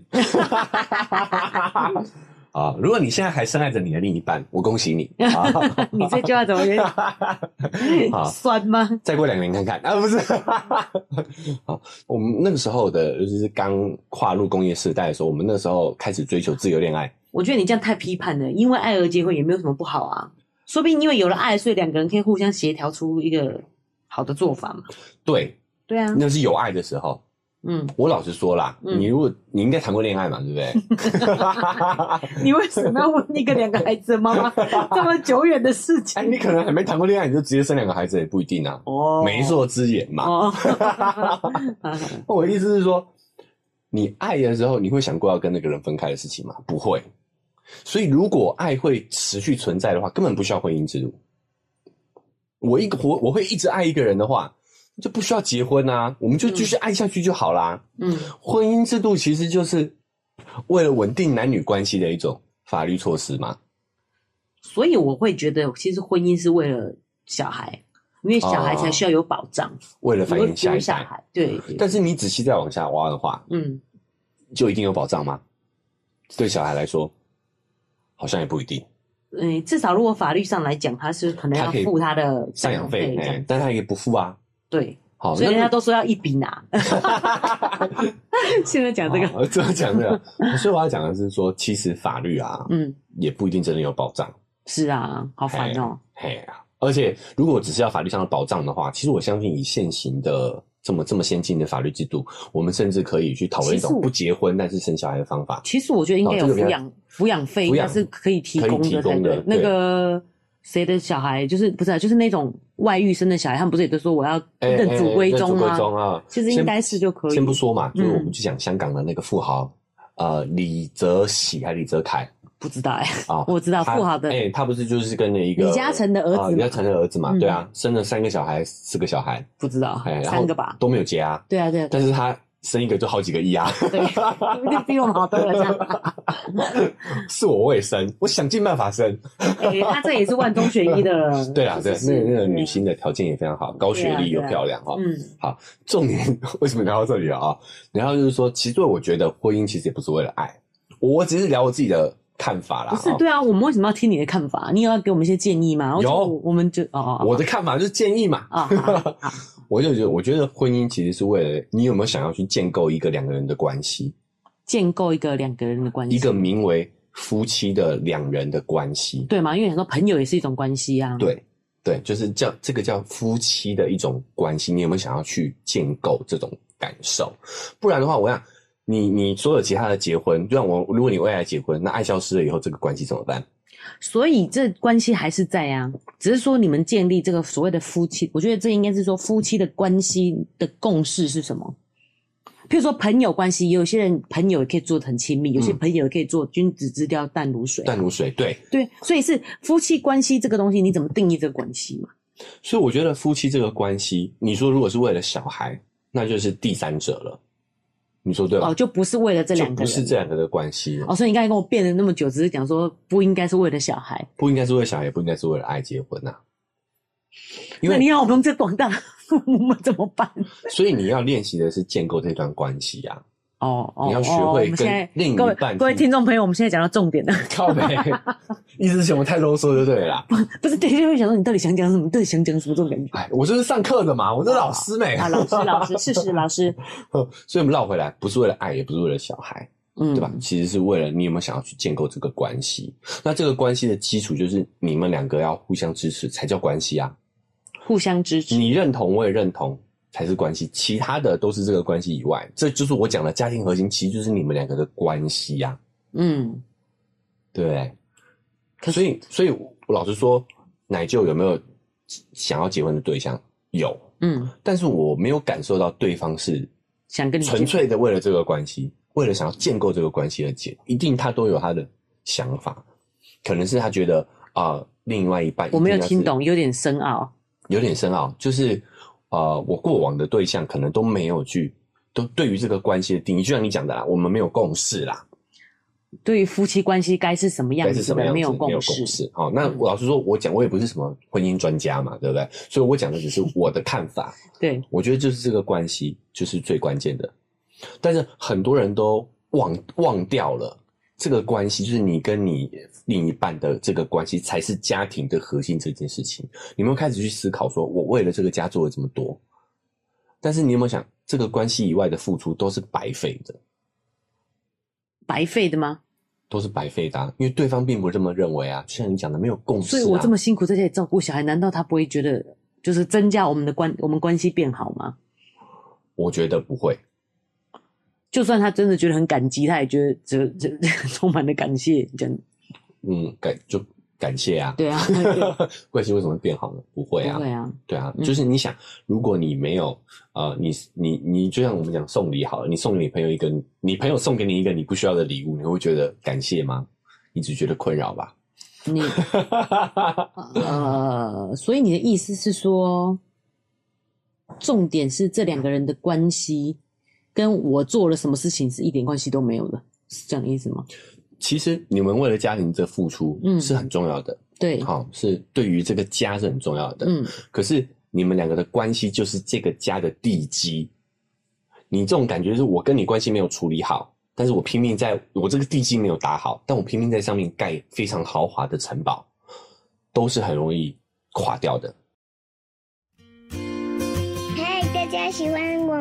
[SPEAKER 2] 啊，如果你现在还深爱着你的另一半，我恭喜你啊！
[SPEAKER 1] 你这句话怎么有点
[SPEAKER 2] 好
[SPEAKER 1] 酸吗？
[SPEAKER 2] 再过两年看看啊，不是。 好，我们那个时候的，就是刚跨入工业时代的时候，我们那时候开始追求自由恋爱。
[SPEAKER 1] 我觉得你这样太批判了，因为爱而结婚也没有什么不好啊，说不定因为有了爱，所以两个人可以互相协调出一个好的做法嘛。
[SPEAKER 2] 对，
[SPEAKER 1] 对啊，
[SPEAKER 2] 那是有爱的时候。
[SPEAKER 1] 嗯，
[SPEAKER 2] 我老实说啦，
[SPEAKER 1] 嗯
[SPEAKER 2] 你如果你应该谈过恋爱嘛，对不 对？
[SPEAKER 1] 你为什么要问一个两个孩子的妈 妈这么久远的事
[SPEAKER 2] 哎，
[SPEAKER 1] 情？
[SPEAKER 2] 你可能还没谈过恋爱，你就直接生两个孩子也不一定啊。
[SPEAKER 1] 哦，
[SPEAKER 2] 媒妁之言嘛。
[SPEAKER 1] 哦，
[SPEAKER 2] 我的意思是说，你爱的时候，你会想过要跟那个人分开的事情吗？不会。所以，如果爱会持续存在的话，根本不需要婚姻制度。我一个我我会一直爱一个人的话，就不需要结婚啊，我们就继续爱下去就好啦。
[SPEAKER 1] 嗯，
[SPEAKER 2] 婚姻制度其实就是为了稳定男女关系的一种法律措施嘛。
[SPEAKER 1] 所以我会觉得，其实婚姻是为了小孩，因为小孩才需要有保障，
[SPEAKER 2] 哦为了
[SPEAKER 1] 你
[SPEAKER 2] 繁
[SPEAKER 1] 会
[SPEAKER 2] 衍下
[SPEAKER 1] 丢
[SPEAKER 2] 一
[SPEAKER 1] 下
[SPEAKER 2] 代，
[SPEAKER 1] 孩，对，对
[SPEAKER 2] 但是你仔细再往下挖的话，
[SPEAKER 1] 嗯，
[SPEAKER 2] 就一定有保障吗？对小孩来说，好像也不一定。
[SPEAKER 1] 嗯，至少如果法律上来讲，他是可能要
[SPEAKER 2] 他可以
[SPEAKER 1] 付他的
[SPEAKER 2] 赡养费，
[SPEAKER 1] 这
[SPEAKER 2] 哎、
[SPEAKER 1] 样
[SPEAKER 2] 但他也不付啊。
[SPEAKER 1] 对，
[SPEAKER 2] 好，
[SPEAKER 1] 所以
[SPEAKER 2] 那
[SPEAKER 1] 人家都说要一笔拿。现在讲这个，
[SPEAKER 2] 好哦 这个讲这个，所以我要讲的是说，其实法律啊，
[SPEAKER 1] 嗯，
[SPEAKER 2] 也不一定真的有保障。
[SPEAKER 1] 是啊，好烦哦。
[SPEAKER 2] 嘿啊，而且如果只是要法律上的保障的话，其实我相信以现行的这么这么先进的法律制度，我们甚至可以去讨论一
[SPEAKER 1] 其实
[SPEAKER 2] 种
[SPEAKER 1] 我
[SPEAKER 2] 不结婚但是生小孩的方法。
[SPEAKER 1] 其实我觉得应该有
[SPEAKER 2] 哦这个比较
[SPEAKER 1] 抚养抚养费，应
[SPEAKER 2] 抚
[SPEAKER 1] 该
[SPEAKER 2] 养
[SPEAKER 1] 是可以提供
[SPEAKER 2] 可以
[SPEAKER 1] 的
[SPEAKER 2] 提
[SPEAKER 1] 才
[SPEAKER 2] 供的
[SPEAKER 1] 对。那
[SPEAKER 2] 对
[SPEAKER 1] 个谁的小孩，就是不是啊就是那种外遇生的小孩，他们不是也都说我要
[SPEAKER 2] 哎
[SPEAKER 1] 认祖归
[SPEAKER 2] 哎
[SPEAKER 1] 宗
[SPEAKER 2] 认祖
[SPEAKER 1] 吗
[SPEAKER 2] 归？宗啊，
[SPEAKER 1] 其实应该是就可以
[SPEAKER 2] 先不说嘛，就是
[SPEAKER 1] 嗯
[SPEAKER 2] 我们去讲香港的那个富豪，呃，李泽喜还是李泽楷
[SPEAKER 1] 不知道哎，
[SPEAKER 2] 啊，
[SPEAKER 1] 我知道
[SPEAKER 2] 他
[SPEAKER 1] 富豪的
[SPEAKER 2] 哎、他不是就是跟了一个
[SPEAKER 1] 李嘉诚的儿子
[SPEAKER 2] 啊李嘉诚的儿子嘛，
[SPEAKER 1] 嗯
[SPEAKER 2] 对啊，生了三个小孩，四个小孩，
[SPEAKER 1] 不知道
[SPEAKER 2] 哎、然后
[SPEAKER 1] 三个吧？
[SPEAKER 2] 都没有结啊，
[SPEAKER 1] 对啊，对啊，对啊
[SPEAKER 2] 但是他生一个就好几个亿啊，
[SPEAKER 1] 对，一定比我们好多人啊！
[SPEAKER 2] 是我未生，我想尽办法生，
[SPEAKER 1] 哎，他这也是万中选一的了。
[SPEAKER 2] 对啊，对，
[SPEAKER 1] 是
[SPEAKER 2] 那个那个
[SPEAKER 1] 对
[SPEAKER 2] 女星的条件也非常好，高学
[SPEAKER 1] 对
[SPEAKER 2] 历
[SPEAKER 1] 啊对
[SPEAKER 2] 又
[SPEAKER 1] 啊
[SPEAKER 2] 漂亮哈、哦。
[SPEAKER 1] 嗯，
[SPEAKER 2] 重点为什么聊到这里了啊？然后就是说，其实我觉得婚姻其实也不是为了爱，我只是聊我自己的看法啦。
[SPEAKER 1] 不是
[SPEAKER 2] 哦
[SPEAKER 1] 对啊，我们为什么要听你的看法？你也要给我们一些建议嘛。
[SPEAKER 2] 有
[SPEAKER 1] 我就我们就哦哦，哦
[SPEAKER 2] 我的看法就是建议嘛，
[SPEAKER 1] 啊啊 啊
[SPEAKER 2] 我就觉得，我觉得婚姻其实是为了你有没有想要去建构一个两个人的关系，
[SPEAKER 1] 建构一个两个人的关系，
[SPEAKER 2] 一个名为夫妻的两人的关系。
[SPEAKER 1] 对嘛？因为很多朋友也是一种关系啊。
[SPEAKER 2] 对对，就是叫这个叫夫妻的一种关系，你有没有想要去建构这种感受？不然的话，我想你你所有其他的结婚，就像我，如果你未来结婚，那爱消失了以后，这个关系怎么办？
[SPEAKER 1] 所以这关系还是在啊，只是说你们建立这个所谓的夫妻，我觉得这应该是说夫妻的关系的共识是什么？譬如说朋友关系，有些人朋友也可以做得很亲密，有些
[SPEAKER 2] 嗯
[SPEAKER 1] 朋友也可以做君子之交淡如水。
[SPEAKER 2] 淡如水。对，
[SPEAKER 1] 对，所以是夫妻关系这个东西，你怎么定义这个关系嘛？
[SPEAKER 2] 所以我觉得夫妻这个关系，你说如果是为了小孩，那就是第三者了，你说对吧？啊
[SPEAKER 1] 哦，就不是为了这
[SPEAKER 2] 就
[SPEAKER 1] 两个
[SPEAKER 2] 不
[SPEAKER 1] 人，
[SPEAKER 2] 是这两个的关系了，
[SPEAKER 1] 哦，所以你刚才跟我辩了那么久，只是讲说不应该是为了小孩。
[SPEAKER 2] 不应该是为了小孩，也不应该是为了爱结婚呐、啊因
[SPEAKER 1] 那
[SPEAKER 2] 为
[SPEAKER 1] 你要我们这广大父母们怎么 办？
[SPEAKER 2] 所以你要练习的是建构这段关系啊呀、
[SPEAKER 1] 哦哦，
[SPEAKER 2] 你要学会
[SPEAKER 1] 哦我们
[SPEAKER 2] 跟
[SPEAKER 1] 现在
[SPEAKER 2] 另一
[SPEAKER 1] 各位
[SPEAKER 2] 半
[SPEAKER 1] 各位
[SPEAKER 2] 去
[SPEAKER 1] 听众朋友，我们现在讲到重点了，
[SPEAKER 2] 靠北，一直嫌我太啰嗦就对了啦。
[SPEAKER 1] 不是等一下会想说你到底想讲什么？到底想讲什么这种感觉？
[SPEAKER 2] 哎，我就是上课的嘛，我是老师没、
[SPEAKER 1] 啊，老师，老师，是是老师，
[SPEAKER 2] 所以我们绕回来，不是为了爱，也不是为了小孩，
[SPEAKER 1] 嗯，
[SPEAKER 2] 对吧？？其实是为了你有没有想要去建构这个关系。那这个关系的基础就是你们两个要互相支持，才叫关系啊。
[SPEAKER 1] 互相支持，
[SPEAKER 2] 你认同，我也认同，才是关系。其他的都是这个关系以外，这就是我讲的家庭核心，其实就是你们两个的关系呀、
[SPEAKER 1] 嗯，
[SPEAKER 2] 对不对。
[SPEAKER 1] 可
[SPEAKER 2] 所以，所以我老实说，奶舅有没有想要结婚的对象？有，
[SPEAKER 1] 嗯，
[SPEAKER 2] 但是我没有感受到对方是
[SPEAKER 1] 想跟你
[SPEAKER 2] 纯
[SPEAKER 1] 讲
[SPEAKER 2] 粹的为了这个关系，为了想要建构这个关系而结，一定他都有他的想法，可能是他觉得啊、呃另外一半一
[SPEAKER 1] 我没有
[SPEAKER 2] 定要是
[SPEAKER 1] 听，懂，有点深奥，
[SPEAKER 2] 有点深奥，就是呃，我过往的对象可能都没有去，都对于这个关系的定义，就像你讲的啦，我们没有共识啦，
[SPEAKER 1] 对于夫妻关系该是什么样
[SPEAKER 2] 该是
[SPEAKER 1] 子
[SPEAKER 2] 什么
[SPEAKER 1] 的
[SPEAKER 2] 样子
[SPEAKER 1] 没有
[SPEAKER 2] 共
[SPEAKER 1] 共识，
[SPEAKER 2] 好、那
[SPEAKER 1] 嗯
[SPEAKER 2] 我老实说，我讲我也不是什么婚姻专家嘛，对不对？所以我讲的只是我的看法，
[SPEAKER 1] 对，
[SPEAKER 2] 我觉得就是这个关系就是最关键的，但是很多人都忘忘掉了这个关系，就是你跟你另一半的这个关系才是家庭的核心这件事情。你们开始去思考说，我为了这个家做了这么多，但是你有没有想，这个关系以外的付出都是白费的，
[SPEAKER 1] 白费的吗？
[SPEAKER 2] 都是白费的啊、因为对方并不这么认为啊。就像你讲的，没有共识、
[SPEAKER 1] 所
[SPEAKER 2] 啊，
[SPEAKER 1] 以我这么辛苦在这里照顾小孩，难道他不会觉得就是增加我们的关，我们关系变好吗？
[SPEAKER 2] 我觉得不会。
[SPEAKER 1] 就算他真的觉得很感激，他也觉得这这充满了感谢，这样
[SPEAKER 2] 嗯，感就感谢啊。
[SPEAKER 1] 对啊，对
[SPEAKER 2] 关系为什么会变好呢？不会啊，
[SPEAKER 1] 不会啊，
[SPEAKER 2] 对啊，
[SPEAKER 1] 嗯
[SPEAKER 2] 就是你想，如果你没有呃，你你你，就像我们讲送礼好了，你送给你朋友一个，你朋友送给你一个你不需要的礼物，你会觉得感谢吗？你只觉得困扰吧？
[SPEAKER 1] 你呃，所以你的意思是说，重点是这两个人的关系，跟我做了什么事情是一点关系都没有的，是这样的意思吗？
[SPEAKER 2] 其实你们为了家庭的付出，
[SPEAKER 1] 嗯
[SPEAKER 2] 是很重要的，
[SPEAKER 1] 对，
[SPEAKER 2] 好、是对于这个家是很重要的，
[SPEAKER 1] 嗯，
[SPEAKER 2] 可是你们两个的关系就是这个家的地基。你这种感觉是我跟你关系没有处理好，但是我拼命在我这个地基没有打好，但我拼命在上面盖非常豪华的城堡，都是很容易垮掉的。
[SPEAKER 3] 嗨，大家喜欢我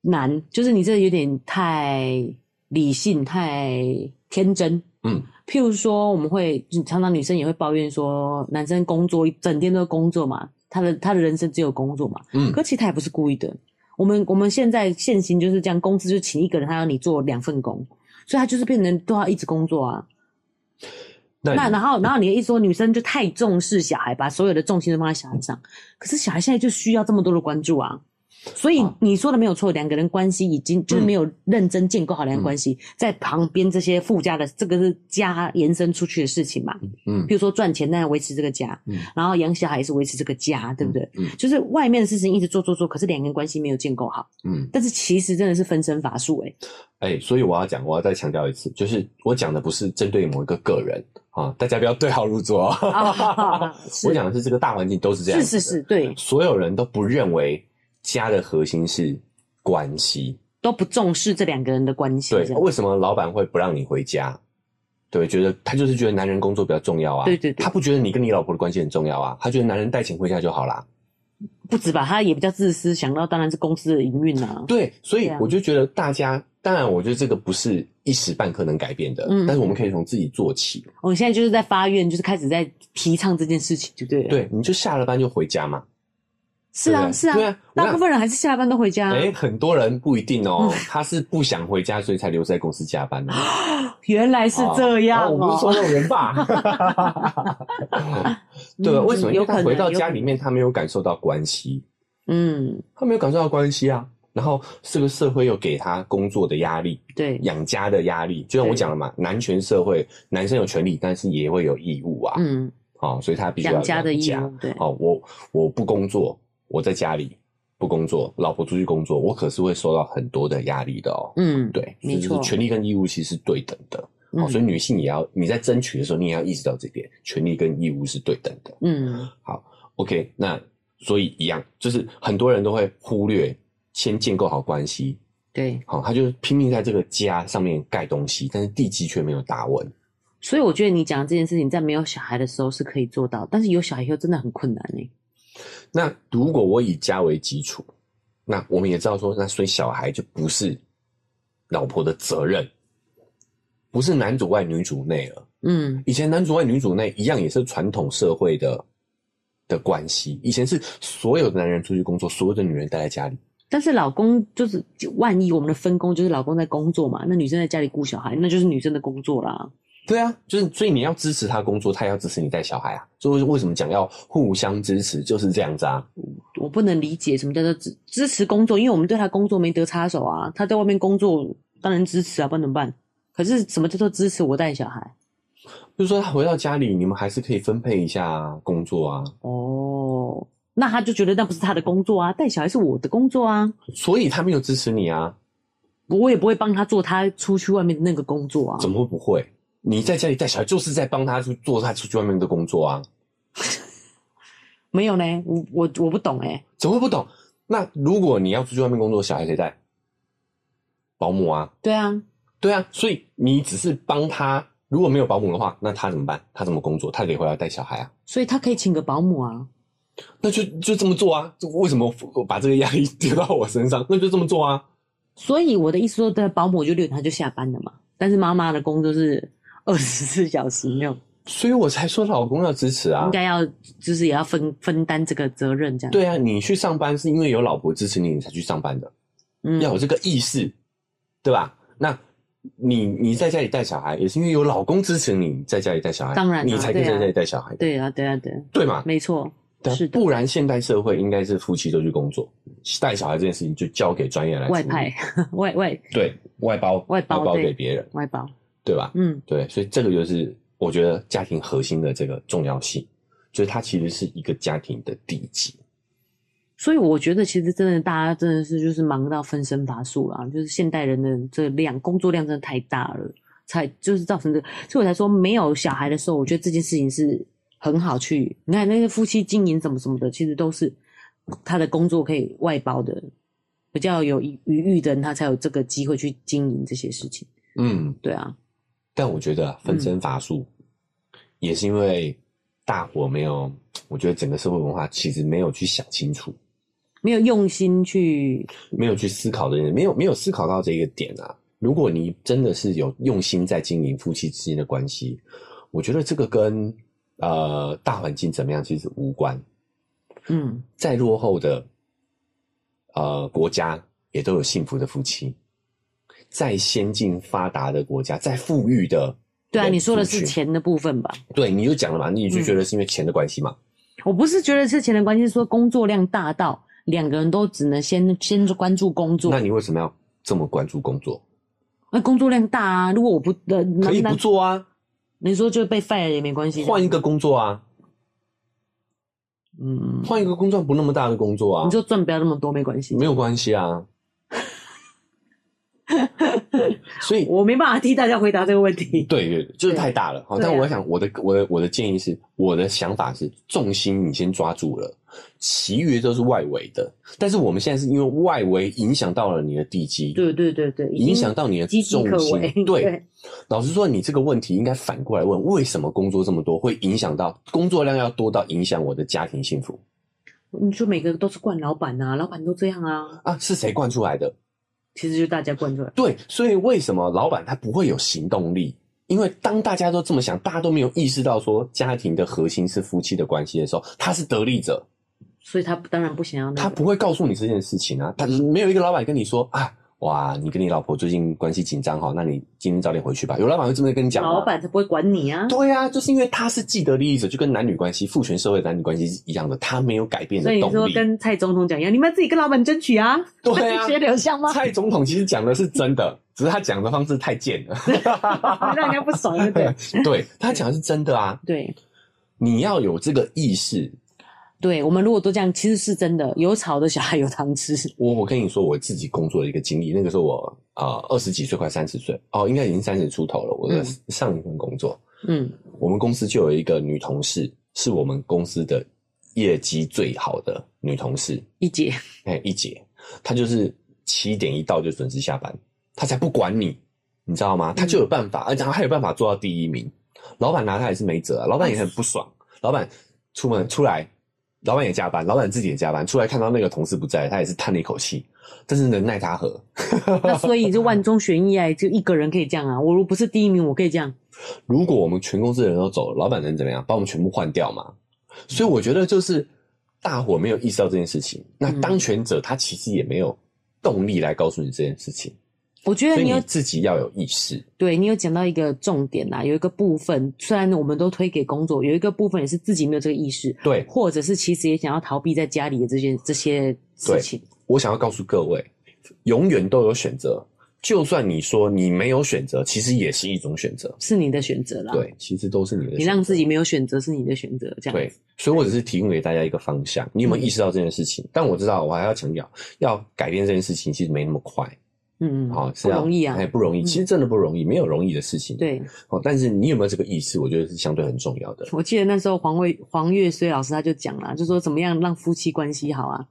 [SPEAKER 1] 难，就是你这有点太理性、太天真。
[SPEAKER 2] 嗯，
[SPEAKER 1] 譬如说，我们会常常女生也会抱怨说，男生工作整天都在工作嘛，他的他的人生只有工作嘛。
[SPEAKER 2] 嗯
[SPEAKER 1] 可其实他也不是故意的。我们我们现在现行就是这样，公司就请一个人，他要你做两份工，所以他就是变成都要一直工作啊。
[SPEAKER 2] 那
[SPEAKER 1] 那
[SPEAKER 2] 你
[SPEAKER 1] 然后然后你一说女生就太重视小孩，把所有的重心都放在小孩上，可是小孩现在就需要这么多的关注啊，所以
[SPEAKER 2] 啊
[SPEAKER 1] 你说的没有错，两个人关系已经就是
[SPEAKER 2] 嗯
[SPEAKER 1] 没有认真建构好两个关系，在旁边这些附加的，这个是家延伸出去的事情嘛。
[SPEAKER 2] 嗯
[SPEAKER 1] 比如说赚钱，那要维持这个家，
[SPEAKER 2] 嗯
[SPEAKER 1] 然后养小孩也是维持这个家，对不对？
[SPEAKER 2] 嗯
[SPEAKER 1] 就是外面的事情一直做做做，可是两个人关系没有建构好，
[SPEAKER 2] 嗯，
[SPEAKER 1] 但是其实真的是分身乏术欸 诶、
[SPEAKER 2] 哎、所以我要讲，我要再强调一次，就是我讲的不是针对某一个个人啊，大家不要对号入座哦。
[SPEAKER 1] 啊 是
[SPEAKER 2] 我讲的是这个大环境都是这样
[SPEAKER 1] 是
[SPEAKER 2] 子
[SPEAKER 1] 是
[SPEAKER 2] 的
[SPEAKER 1] 是，对，
[SPEAKER 2] 所有人都不认为家的核心是关系。
[SPEAKER 1] 都不重视这两个人的关系，
[SPEAKER 2] 对
[SPEAKER 1] 这，样
[SPEAKER 2] 为什么老板会不让你回家？对，觉得他就是觉得男人工作比较重要啊。
[SPEAKER 1] 对对对
[SPEAKER 2] 他不觉得你跟你老婆的关系很重要啊，他觉得男人带钱回家就好啦。
[SPEAKER 1] 不止吧，他也比较自私，想到当然是公司的营运啊。
[SPEAKER 2] 对，所以
[SPEAKER 1] 对啊
[SPEAKER 2] 我就觉得大家，当然，我觉得这个不是一时半刻能改变的，
[SPEAKER 1] 嗯
[SPEAKER 2] 但是我们可以从自己做起。
[SPEAKER 1] 我现在就是在发愿，就是开始在提倡这件事情，对不对？，
[SPEAKER 2] 对，你就下了班就回家嘛。
[SPEAKER 1] 是啊
[SPEAKER 2] 对
[SPEAKER 1] 是啊，
[SPEAKER 2] 对啊我
[SPEAKER 1] 大
[SPEAKER 2] 看
[SPEAKER 1] 部分人还是下班都回家、
[SPEAKER 2] 哎、很多人不一定
[SPEAKER 1] 嗯
[SPEAKER 2] 哦，他是不想回家，所以才留在公司加班的。
[SPEAKER 1] 原来 是这样
[SPEAKER 2] 啊我
[SPEAKER 1] 哦、
[SPEAKER 2] 不是说那种人吧？ 对，
[SPEAKER 1] 嗯
[SPEAKER 2] 为什么？因
[SPEAKER 1] 有
[SPEAKER 2] 为
[SPEAKER 1] 可
[SPEAKER 2] 他
[SPEAKER 1] 能
[SPEAKER 2] 回到家里，面，他没有感受到关系，
[SPEAKER 1] 有可能嗯，
[SPEAKER 2] 他没有感受到关系啊。然后这个社会又给他工作的压力、
[SPEAKER 1] 对，
[SPEAKER 2] 养家的压力，就像我讲了嘛，男权社会，男生有权利，但是也会有义务啊。
[SPEAKER 1] 嗯，
[SPEAKER 2] 哦，所以他必须要
[SPEAKER 1] 养家的义务
[SPEAKER 2] 务。，
[SPEAKER 1] 对，
[SPEAKER 2] 哦，我我不工作，我在家里不工作，老婆出去工作，我可是会受到很多的压力的哦。
[SPEAKER 1] 嗯，
[SPEAKER 2] 对，
[SPEAKER 1] 没
[SPEAKER 2] 所以就
[SPEAKER 1] 错
[SPEAKER 2] 是权利跟义务其实是对等的。
[SPEAKER 1] 嗯
[SPEAKER 2] 哦，所以女性也要你在争取的时候，你也要意识到这点，权利跟义务是对等的。
[SPEAKER 1] 嗯，
[SPEAKER 2] OK，那所以一样，就是很多人都会忽略先建构好关系，
[SPEAKER 1] 对，
[SPEAKER 2] 好、他就是拼命在这个家上面盖东西，但是地基却没有打稳。
[SPEAKER 1] 所以我觉得你讲的这件事情，在没有小孩的时候是可以做到，但是有小孩以后真的很困难欸呢。
[SPEAKER 2] 那如果我以家为基础，那我们也知道说，那所以小孩就不是老婆的责任，不是男主外女主内了。
[SPEAKER 1] 嗯，
[SPEAKER 2] 以前男主外女主内一样也是传统社会的的关系，以前是所有的男人出去工作，所有的女人待在家里。
[SPEAKER 1] 但是老公就是，就万一我们的分工就是老公在工作嘛，那女生在家里顾小孩，那就是女生的工作啦。
[SPEAKER 2] 对啊，就是所以你要支持他工作，他也要支持你带小孩啊。所以为什么讲要互相支持，就是这样子啊。
[SPEAKER 1] 我不能理解什么叫做支支持工作，因为我们对他工作没得插手啊，他在外面工作当然支持啊，不然怎么办？可是什么叫做支持我带小孩？
[SPEAKER 2] 就是说他回到家里，你们还是可以分配一下工作啊。
[SPEAKER 1] 哦，那他就觉得那不是他的工作啊，带小孩是我的工作啊，
[SPEAKER 2] 所以他没有支持你啊，
[SPEAKER 1] 我也不会帮他做他出去外面的那个工作啊。
[SPEAKER 2] 怎么会不会？你在家里带小孩，就是在帮他去做他出去外面的工作啊，
[SPEAKER 1] 没有呢？我我我不懂哎、
[SPEAKER 2] 怎么会不懂？那如果你要出去外面工作，小孩谁带？保姆啊，
[SPEAKER 1] 对啊，
[SPEAKER 2] 对啊，所以你只是帮他，如果没有保姆的话，那他怎么办？他怎么工作？他得回来带小孩啊，
[SPEAKER 1] 所以他可以请个保姆啊。
[SPEAKER 2] 那就就这么做啊。这为什么把这个压力丢到我身上？那就这么做啊。
[SPEAKER 1] 所以我的意思说，对保姆就六点他就下班了嘛，但是妈妈的工作是 二十四小时没有，
[SPEAKER 2] 所以我才说老公要支持啊
[SPEAKER 1] 应。该要就是也要分分担这个责任这样。，
[SPEAKER 2] 对啊，你去上班是因为有老婆支持你，你才去上班的，
[SPEAKER 1] 嗯
[SPEAKER 2] 要有这个意识，对吧？那你你在家里带小孩，也是因为有老公支持你在家里带小孩，
[SPEAKER 1] 当然啊
[SPEAKER 2] 你才可以
[SPEAKER 1] 对啊
[SPEAKER 2] 在家里带小孩，
[SPEAKER 1] 对啊，对啊，对啊，
[SPEAKER 2] 对嘛？
[SPEAKER 1] 没错，
[SPEAKER 2] 对
[SPEAKER 1] 是的
[SPEAKER 2] 不然现代社会应该是夫妻都去工作，带小孩这件事情就交给专业来处理
[SPEAKER 1] 外派， 外外
[SPEAKER 2] 对外包
[SPEAKER 1] 外包对
[SPEAKER 2] 给别人，
[SPEAKER 1] 外包，
[SPEAKER 2] 对吧？
[SPEAKER 1] 嗯
[SPEAKER 2] 对，所以这个就是我觉得家庭核心的这个重要性，就是它其实是一个家庭的地基。
[SPEAKER 1] 所以我觉得，其实真的，大家真的是就是忙到分身乏术啦，就是现代人的这个量工作量真的太大了，才就是造成这个，所以我才说没有小孩的时候，我觉得这件事情是很好去。你看那些夫妻经营什么什么的，其实都是他的工作可以外包的，比较有余余裕的人，他才有这个机会去经营这些事情。
[SPEAKER 2] 嗯，
[SPEAKER 1] 对啊，
[SPEAKER 2] 但我觉得啊
[SPEAKER 1] 嗯
[SPEAKER 2] 分身乏术、也是因为大伙没有，我觉得整个社会文化其实没有去想清楚，
[SPEAKER 1] 没有用心去，
[SPEAKER 2] 没有去思考的人，没有没有思考到这一个点啊。如果你真的是有用心在经营夫妻之间的关系，我觉得这个跟呃大环境怎么样其实无关。
[SPEAKER 1] 嗯，
[SPEAKER 2] 再落后的呃国家也都有幸福的夫妻，再先进发达的国家，再富裕的，
[SPEAKER 1] 对啊，你说的是，钱的嗯部分吧？
[SPEAKER 2] 对，你就讲了嘛，你就觉得是因为钱的关系嘛，
[SPEAKER 1] 我不是觉得是钱的关系，是说工作量大到两个人都只能先先关注工作
[SPEAKER 2] 那，你为什么要这么关注工作？
[SPEAKER 1] 那工作量大啊。如果我不呃，
[SPEAKER 2] 可以
[SPEAKER 1] 那
[SPEAKER 2] 不做啊，
[SPEAKER 1] 你说就被 fire 也没关系，
[SPEAKER 2] 换一个工作啊，
[SPEAKER 1] 嗯，
[SPEAKER 2] 换一个工作不那么大的工作啊
[SPEAKER 1] 你，就赚不要那么多没关系。
[SPEAKER 2] 没有关系啊。所以
[SPEAKER 1] 我没办法替大家回答这个问题。
[SPEAKER 2] 对对，就
[SPEAKER 1] 对
[SPEAKER 2] 是太大了。好，
[SPEAKER 1] 对啊
[SPEAKER 2] 但我想我的我的我的建议是，我的想法是，重心你先抓住了，其余的都是外围的。但是我们现在是因为外围影响到了你的地基，
[SPEAKER 1] 对对对对，已经
[SPEAKER 2] 影响到你的
[SPEAKER 1] 岌岌
[SPEAKER 2] 重
[SPEAKER 1] 可
[SPEAKER 2] 心
[SPEAKER 1] 危。。
[SPEAKER 2] 对，老实说，你这个问题应该反过来问：为什么工作这么多，会影响到工作量要多到影响我的家庭幸福
[SPEAKER 1] 你说每个都是惯老板呐、老板都这样啊，
[SPEAKER 2] 啊？是谁惯出来的？
[SPEAKER 1] 其实就大家惯出来。
[SPEAKER 2] 对，所以为什么老板他不会有行动力？因为当大家都这么想，大家都没有意识到说家庭的核心是夫妻的关系的时候，他是得利者，
[SPEAKER 1] 所以他当然不想要那个。
[SPEAKER 2] 他不会告诉你这件事情啊。他没有一个老板跟你说啊，哇，你跟你老婆最近关系紧张哈，那你今天早点回去吧。有老板会这么跟你讲吗？啊
[SPEAKER 1] 老板才不会管你啊。
[SPEAKER 2] 对啊，就是因为他是既得利益者，就跟男女关系、父权社会的男女关系是一样的，他没有改变
[SPEAKER 1] 所
[SPEAKER 2] 的
[SPEAKER 1] 以你
[SPEAKER 2] 动
[SPEAKER 1] 说
[SPEAKER 2] 力。
[SPEAKER 1] 跟蔡总统讲一样，你们自己跟老板争取啊，
[SPEAKER 2] 对
[SPEAKER 1] 学
[SPEAKER 2] 啊，
[SPEAKER 1] 流向吗？
[SPEAKER 2] 蔡总统其实讲的是真的，只是他讲的方式太贱了。
[SPEAKER 1] 让人家不爽，对不对？
[SPEAKER 2] 对他讲的是真的啊，
[SPEAKER 1] 对
[SPEAKER 2] 你要有这个意识。
[SPEAKER 1] 对，我们如果都这样，其实是真的，有吵的小孩有糖吃。
[SPEAKER 2] 我我跟你说我自己工作的一个经历，那个时候我啊二十几岁快三十岁哦，应该已经三十出头了。我的
[SPEAKER 1] 嗯
[SPEAKER 2] 上一份工作，
[SPEAKER 1] 嗯，
[SPEAKER 2] 我们公司就有一个女同事，是我们公司的业绩最好的女同事。
[SPEAKER 1] 一 姐，
[SPEAKER 2] 哎，一姐，她就是七点一到就准时下班，她才不管你，你知道吗？她就有办法，而且她还有办法做到第一名。老板拿她也是没辙、啊，老板也很不爽。老板出门出来，老板也加班，老板自己也加班，出来看到那个同事不在，他也是叹了一口气，但是能奈他何？
[SPEAKER 1] 那所以就万中选一啊，就一个人可以这样啊。我如果不是第一名，我可以这样。
[SPEAKER 2] 如果我们全公司的人都走了，老板能怎么样？把我们全部换掉嘛？所以我觉得就是大伙没有意识到这件事情，那
[SPEAKER 1] 嗯
[SPEAKER 2] 当权者他其实也没有动力来告诉你这件事情，
[SPEAKER 1] 我觉得
[SPEAKER 2] 所以
[SPEAKER 1] 你有
[SPEAKER 2] 你自己要有意识。
[SPEAKER 1] 对你有讲到一个重点啊啦，有一个部分，虽然我们都推给工作，有一个部分也是自己没有这个意识，
[SPEAKER 2] 对
[SPEAKER 1] 或者是其实也想要逃避在家里的这件这些事情。
[SPEAKER 2] 我想要告诉各位，永远都有选择。就算你说你没有选择，其实也是一种选择。
[SPEAKER 1] 是你的选择啦。，
[SPEAKER 2] 对，其实都是你的选择。
[SPEAKER 1] 你让自己没有选择是你的选择，这样
[SPEAKER 2] 对
[SPEAKER 1] 子。，
[SPEAKER 2] 所以我只是提供给大家一个方向。你有没有意识到这件事情？但我知道，我还要强调，要改变这件事情其实没那么快，
[SPEAKER 1] 嗯，
[SPEAKER 2] 好、是
[SPEAKER 1] 不
[SPEAKER 2] 要
[SPEAKER 1] 容易啊
[SPEAKER 2] 哎，。不容易。
[SPEAKER 1] 嗯
[SPEAKER 2] 其实真的不容易，没有容易的事情。，
[SPEAKER 1] 对，
[SPEAKER 2] 哦，但是你有没有这个意识？我觉得是相对很重要的。
[SPEAKER 1] 我记得那时候黄卫黄岳虽老师他就讲啦，就说怎么样让夫妻关系好啊，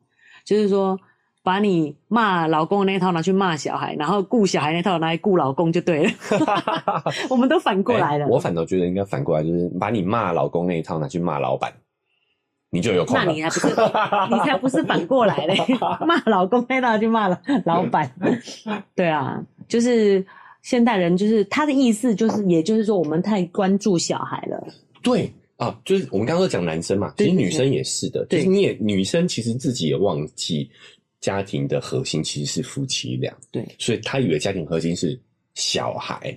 [SPEAKER 1] 就是说把你骂老公的那一套拿去骂小孩，然后顾小孩那套拿来顾老公就对了。 我们都反过来了。
[SPEAKER 2] 哎我反倒觉得应该反过来，就是把你骂老公那一套拿去骂老板，你就有空
[SPEAKER 1] 那
[SPEAKER 2] 了。
[SPEAKER 1] 你还不是你才不是反过来 嘞，骂老公那到就骂了老板，对啊，就是现代人就是他的意思就是，也就是说我们太关注小孩了，
[SPEAKER 2] 对 啊，就是我们刚刚都讲男生嘛，其
[SPEAKER 1] 对
[SPEAKER 2] 实
[SPEAKER 1] 对
[SPEAKER 2] 女生也是的，就
[SPEAKER 1] 对
[SPEAKER 2] 是你也女生其实自己也忘记家庭的核心其实是夫妻俩，
[SPEAKER 1] 对，
[SPEAKER 2] 所以她以为家庭核心是小孩。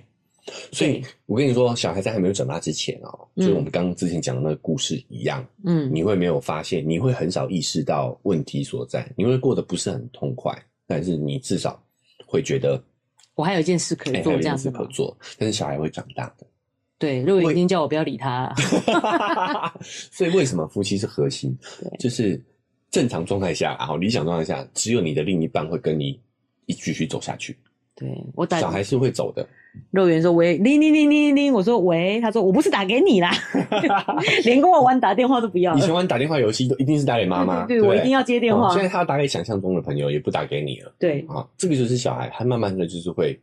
[SPEAKER 2] 所以
[SPEAKER 1] 对，
[SPEAKER 2] 我跟你说，小孩在还没有长大之前哦，
[SPEAKER 1] 嗯
[SPEAKER 2] 就是我们刚刚之前讲的那个故事一样，
[SPEAKER 1] 嗯，
[SPEAKER 2] 你会没有发现，你会很少意识到问题所在，你会过得不是很痛快，但是你至少会觉得，
[SPEAKER 1] 我还有一件事可
[SPEAKER 2] 哎，
[SPEAKER 1] 以
[SPEAKER 2] 还
[SPEAKER 1] 做
[SPEAKER 2] 有
[SPEAKER 1] 这
[SPEAKER 2] 件
[SPEAKER 1] 样
[SPEAKER 2] 事
[SPEAKER 1] 子
[SPEAKER 2] 可
[SPEAKER 1] 吗？
[SPEAKER 2] 做。但是小孩会长大的，
[SPEAKER 1] 对，肉
[SPEAKER 2] 我
[SPEAKER 1] 眼已经叫我不要理他了，
[SPEAKER 2] 所以为什么夫妻是核心
[SPEAKER 1] 对？
[SPEAKER 2] 就是正常状态下，然后理想状态下，只有你的另一半会跟你一继续走下去。
[SPEAKER 1] 对我打
[SPEAKER 2] 小孩是会走的，
[SPEAKER 1] 肉圆说喂，铃铃铃铃铃铃，我说喂，他说我不是打给你 啦，连跟我玩打电话都不要
[SPEAKER 2] 以
[SPEAKER 1] 了
[SPEAKER 2] 前，玩打电话游戏都一定是打给妈妈，
[SPEAKER 1] 对对对
[SPEAKER 2] 不
[SPEAKER 1] 我一定要接电话
[SPEAKER 2] 哦现在他打给想象中的朋友，也不打给你了
[SPEAKER 1] 对
[SPEAKER 2] 啊。这个就是小孩，他慢慢的就是会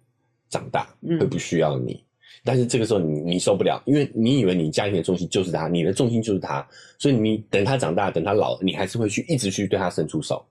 [SPEAKER 2] 长大，
[SPEAKER 1] 嗯
[SPEAKER 2] 会不需要你。但是这个时候你你受不了，因为你以为你家庭的重心就是他，你的重心就是他，所以你等他长大，等他老了，你还是会去一直去对他伸出手，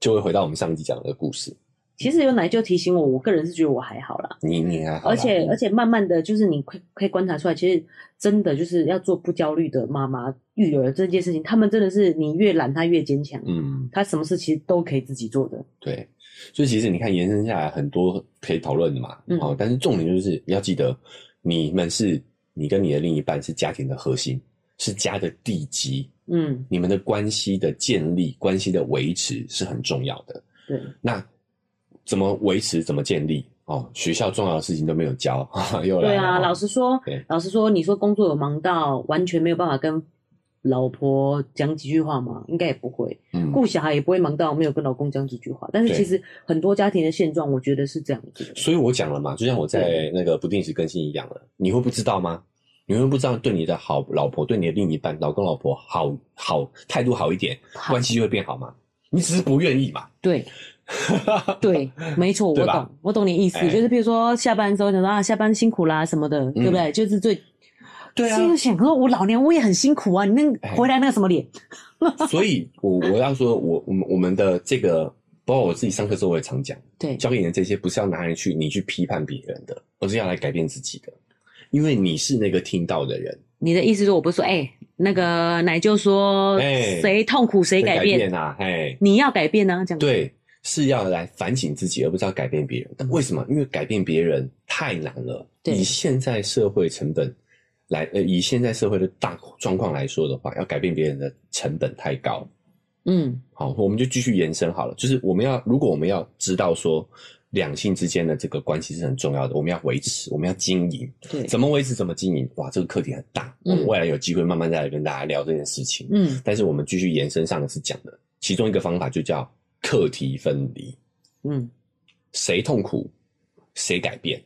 [SPEAKER 2] 就会回到我们上一集讲的故事。
[SPEAKER 1] 其实有奶就提醒我，我个人是觉得我还好啦。
[SPEAKER 2] 你你还好啦，
[SPEAKER 1] 而且而且慢慢的就是你可以可以观察出来，其实真的就是要做不焦虑的妈妈育儿这件事情，他们真的是你越懒，她越坚强，
[SPEAKER 2] 嗯，
[SPEAKER 1] 她什么事其实都可以自己做的。
[SPEAKER 2] 对，所以其实你看延伸下来很多可以讨论的嘛，
[SPEAKER 1] 嗯
[SPEAKER 2] 哦，但是重点就是你要记得，你们是你跟你的另一半是家庭的核心，是家的地基，
[SPEAKER 1] 嗯，
[SPEAKER 2] 你们的关系的建立、关系的维持是很重要的。
[SPEAKER 1] 对，
[SPEAKER 2] 那怎么维持、怎么建立？哦，学校重要的事情都没有教，哈哈又来
[SPEAKER 1] 对
[SPEAKER 2] 了
[SPEAKER 1] 啊，
[SPEAKER 2] 哦
[SPEAKER 1] 老实说
[SPEAKER 2] 对，
[SPEAKER 1] 老实说，你说工作有忙到完全没有办法跟老婆讲几句话吗？应该也不会，
[SPEAKER 2] 嗯
[SPEAKER 1] 顾小孩也不会忙到没有跟老公讲几句话。但是
[SPEAKER 2] 对
[SPEAKER 1] 其实很多家庭的现状，我觉得是这样子的。
[SPEAKER 2] 所以我讲了嘛，就像我在那个不定时更新一样了，你会不知道吗？你会不知道对你的好老婆、对你的另一半、老公、老婆好好态度好一点，
[SPEAKER 1] 好
[SPEAKER 2] 关系就会变好吗？你只是不愿意嘛。
[SPEAKER 1] 对对，没错，我
[SPEAKER 2] 对吧
[SPEAKER 1] 懂，我懂你意思，
[SPEAKER 2] 哎嗯
[SPEAKER 1] 就是比如说下班之后想说啊，下班辛苦啦什么的，对不对？就是最
[SPEAKER 2] 对啊
[SPEAKER 1] 这个想说，我老娘我也很辛苦啊，你那个
[SPEAKER 2] 哎
[SPEAKER 1] 回来那个什么脸？
[SPEAKER 2] 所以我我要说，我我们我们的这个，包括我自己上课的时候我也常讲，
[SPEAKER 1] 对
[SPEAKER 2] 教给你的这些不是要拿来去你去批判别人的，而是要来改变自己的，因为你是那个听到的人，
[SPEAKER 1] 你的意思是我不是说，哎、那个奶就说，
[SPEAKER 2] 哎
[SPEAKER 1] 谁痛苦谁
[SPEAKER 2] 会
[SPEAKER 1] 改变，
[SPEAKER 2] 啊，哎，
[SPEAKER 1] 你要改变呢、啊这样子。
[SPEAKER 2] 对，是要来反省自己，而不是要改变别人。但为什么？因为改变别人太难了。
[SPEAKER 1] 嗯对
[SPEAKER 2] 以现在社会成本来，呃，以现在社会的大状况来说的话，要改变别人的成本太高。
[SPEAKER 1] 嗯，
[SPEAKER 2] 好，我们就继续延伸好了。就是我们要，如果我们要知道说两性之间的这个关系是很重要的，我们要维持，我们要经营，
[SPEAKER 1] 对，
[SPEAKER 2] 怎么维持，怎么经营？哇，这个课题很大，我们
[SPEAKER 1] 嗯
[SPEAKER 2] 未来有机会慢慢再来跟大家聊这件事情。
[SPEAKER 1] 嗯，
[SPEAKER 2] 但是我们继续延伸上的是讲的，其中一个方法就叫课题分离。
[SPEAKER 1] 嗯，
[SPEAKER 2] 谁痛苦，谁改变，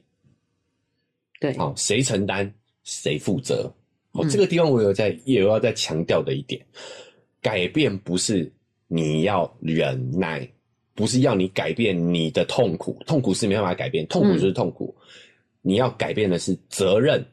[SPEAKER 1] 对，
[SPEAKER 2] 好、谁承担，谁负责。哦，
[SPEAKER 1] 嗯
[SPEAKER 2] 这个地方我有在，也有要再强调的一点，改变不是你要忍耐，不是要你改变你的痛苦，痛苦是没办法改变，痛苦
[SPEAKER 1] 嗯
[SPEAKER 2] 就是痛苦，你要改变的是责任，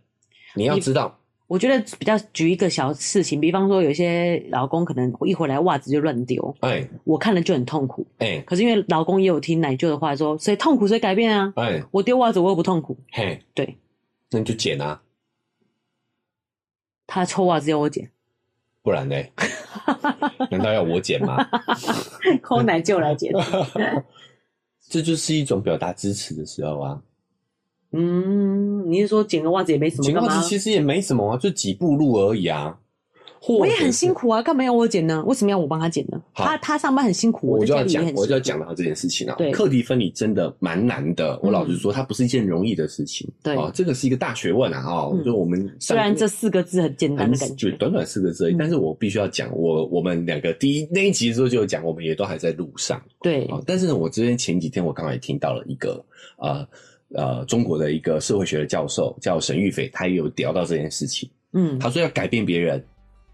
[SPEAKER 2] 你要知道，
[SPEAKER 1] 我觉得比较举一个小事情，比方说有些老公可能一回来袜子就乱丢，
[SPEAKER 2] 哎
[SPEAKER 1] 我看了就很痛苦。
[SPEAKER 2] 哎
[SPEAKER 1] 可是因为老公也有听奶舅的话说，谁痛苦谁改变啊。
[SPEAKER 2] 哎
[SPEAKER 1] 我丢袜子我又不痛苦，
[SPEAKER 2] 嘿，
[SPEAKER 1] 对
[SPEAKER 2] 那你就剪啊，
[SPEAKER 1] 他臭袜子要我 捡，
[SPEAKER 2] 不 然嘞，难道要我剪吗？
[SPEAKER 1] 抠奶舅来捡。
[SPEAKER 2] 这就是一种表达支持的时候啊。
[SPEAKER 1] 嗯，你是说捡个袜子也没什么
[SPEAKER 2] 剪
[SPEAKER 1] 干
[SPEAKER 2] 袜
[SPEAKER 1] 嘛
[SPEAKER 2] 子？其实也没什么啊，就几步路而已啊。
[SPEAKER 1] 我
[SPEAKER 2] 我
[SPEAKER 1] 也很辛。苦啊，干嘛要我捡呢？为什么要我帮他捡呢？
[SPEAKER 2] 好
[SPEAKER 1] 他他上班很辛苦，
[SPEAKER 2] 我
[SPEAKER 1] 在
[SPEAKER 2] 就
[SPEAKER 1] 家
[SPEAKER 2] 要
[SPEAKER 1] 里也
[SPEAKER 2] 讲
[SPEAKER 1] 很，辛
[SPEAKER 2] 我
[SPEAKER 1] 苦。
[SPEAKER 2] 就要讲到这件事情啊
[SPEAKER 1] 对。
[SPEAKER 2] 课题分离真的蛮难的，我
[SPEAKER 1] 嗯
[SPEAKER 2] 老实说，它不是一件容易的事情。
[SPEAKER 1] 对
[SPEAKER 2] 哦，这个是一个大学问啊。哦
[SPEAKER 1] 嗯，
[SPEAKER 2] 就我们
[SPEAKER 1] 虽
[SPEAKER 2] 上
[SPEAKER 1] 然这四个字很简单
[SPEAKER 2] 很
[SPEAKER 1] 的感
[SPEAKER 2] 就
[SPEAKER 1] 觉，
[SPEAKER 2] 短短四个字而已，
[SPEAKER 1] 嗯
[SPEAKER 2] 但是我必须要讲，我我们两个第一那一集之后就有讲，我们也都还在路上。
[SPEAKER 1] 对
[SPEAKER 2] 哦，但是呢，我之前前几天我刚好也听到了一个呃呃中国的一个社会学的教授叫沈玉斐，他也有聊到这件事情。
[SPEAKER 1] 嗯，
[SPEAKER 2] 他说要改变别人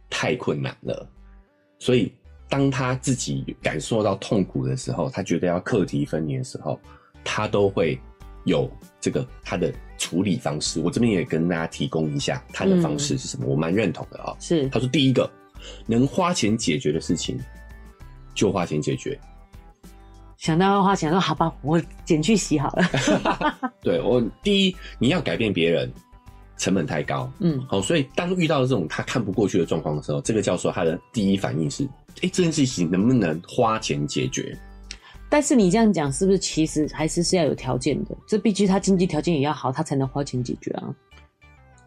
[SPEAKER 2] 太困难了，所以当他自己感受到痛苦的时候，他觉得要课题分离的时候，他都会有这个他的处理方式。我这边也跟大家提供一下他的方式是什么，我蛮认同的啊、
[SPEAKER 1] 是
[SPEAKER 2] 他说第一个，能花钱解决的事情就花钱解决。
[SPEAKER 1] 想到的话，想说好吧，我捡去洗好 了。
[SPEAKER 2] 对我第一，你要改变别人，成本太高，
[SPEAKER 1] 嗯，
[SPEAKER 2] 好，所以当遇到这种他看不过去的状况的时候，这个教授他的第一反应是：哎、这件事情能不能花钱解决？
[SPEAKER 1] 但是你这样讲，是不是其实还是是要有条件的？这必须他经济条件也要好，他才能花钱解决啊。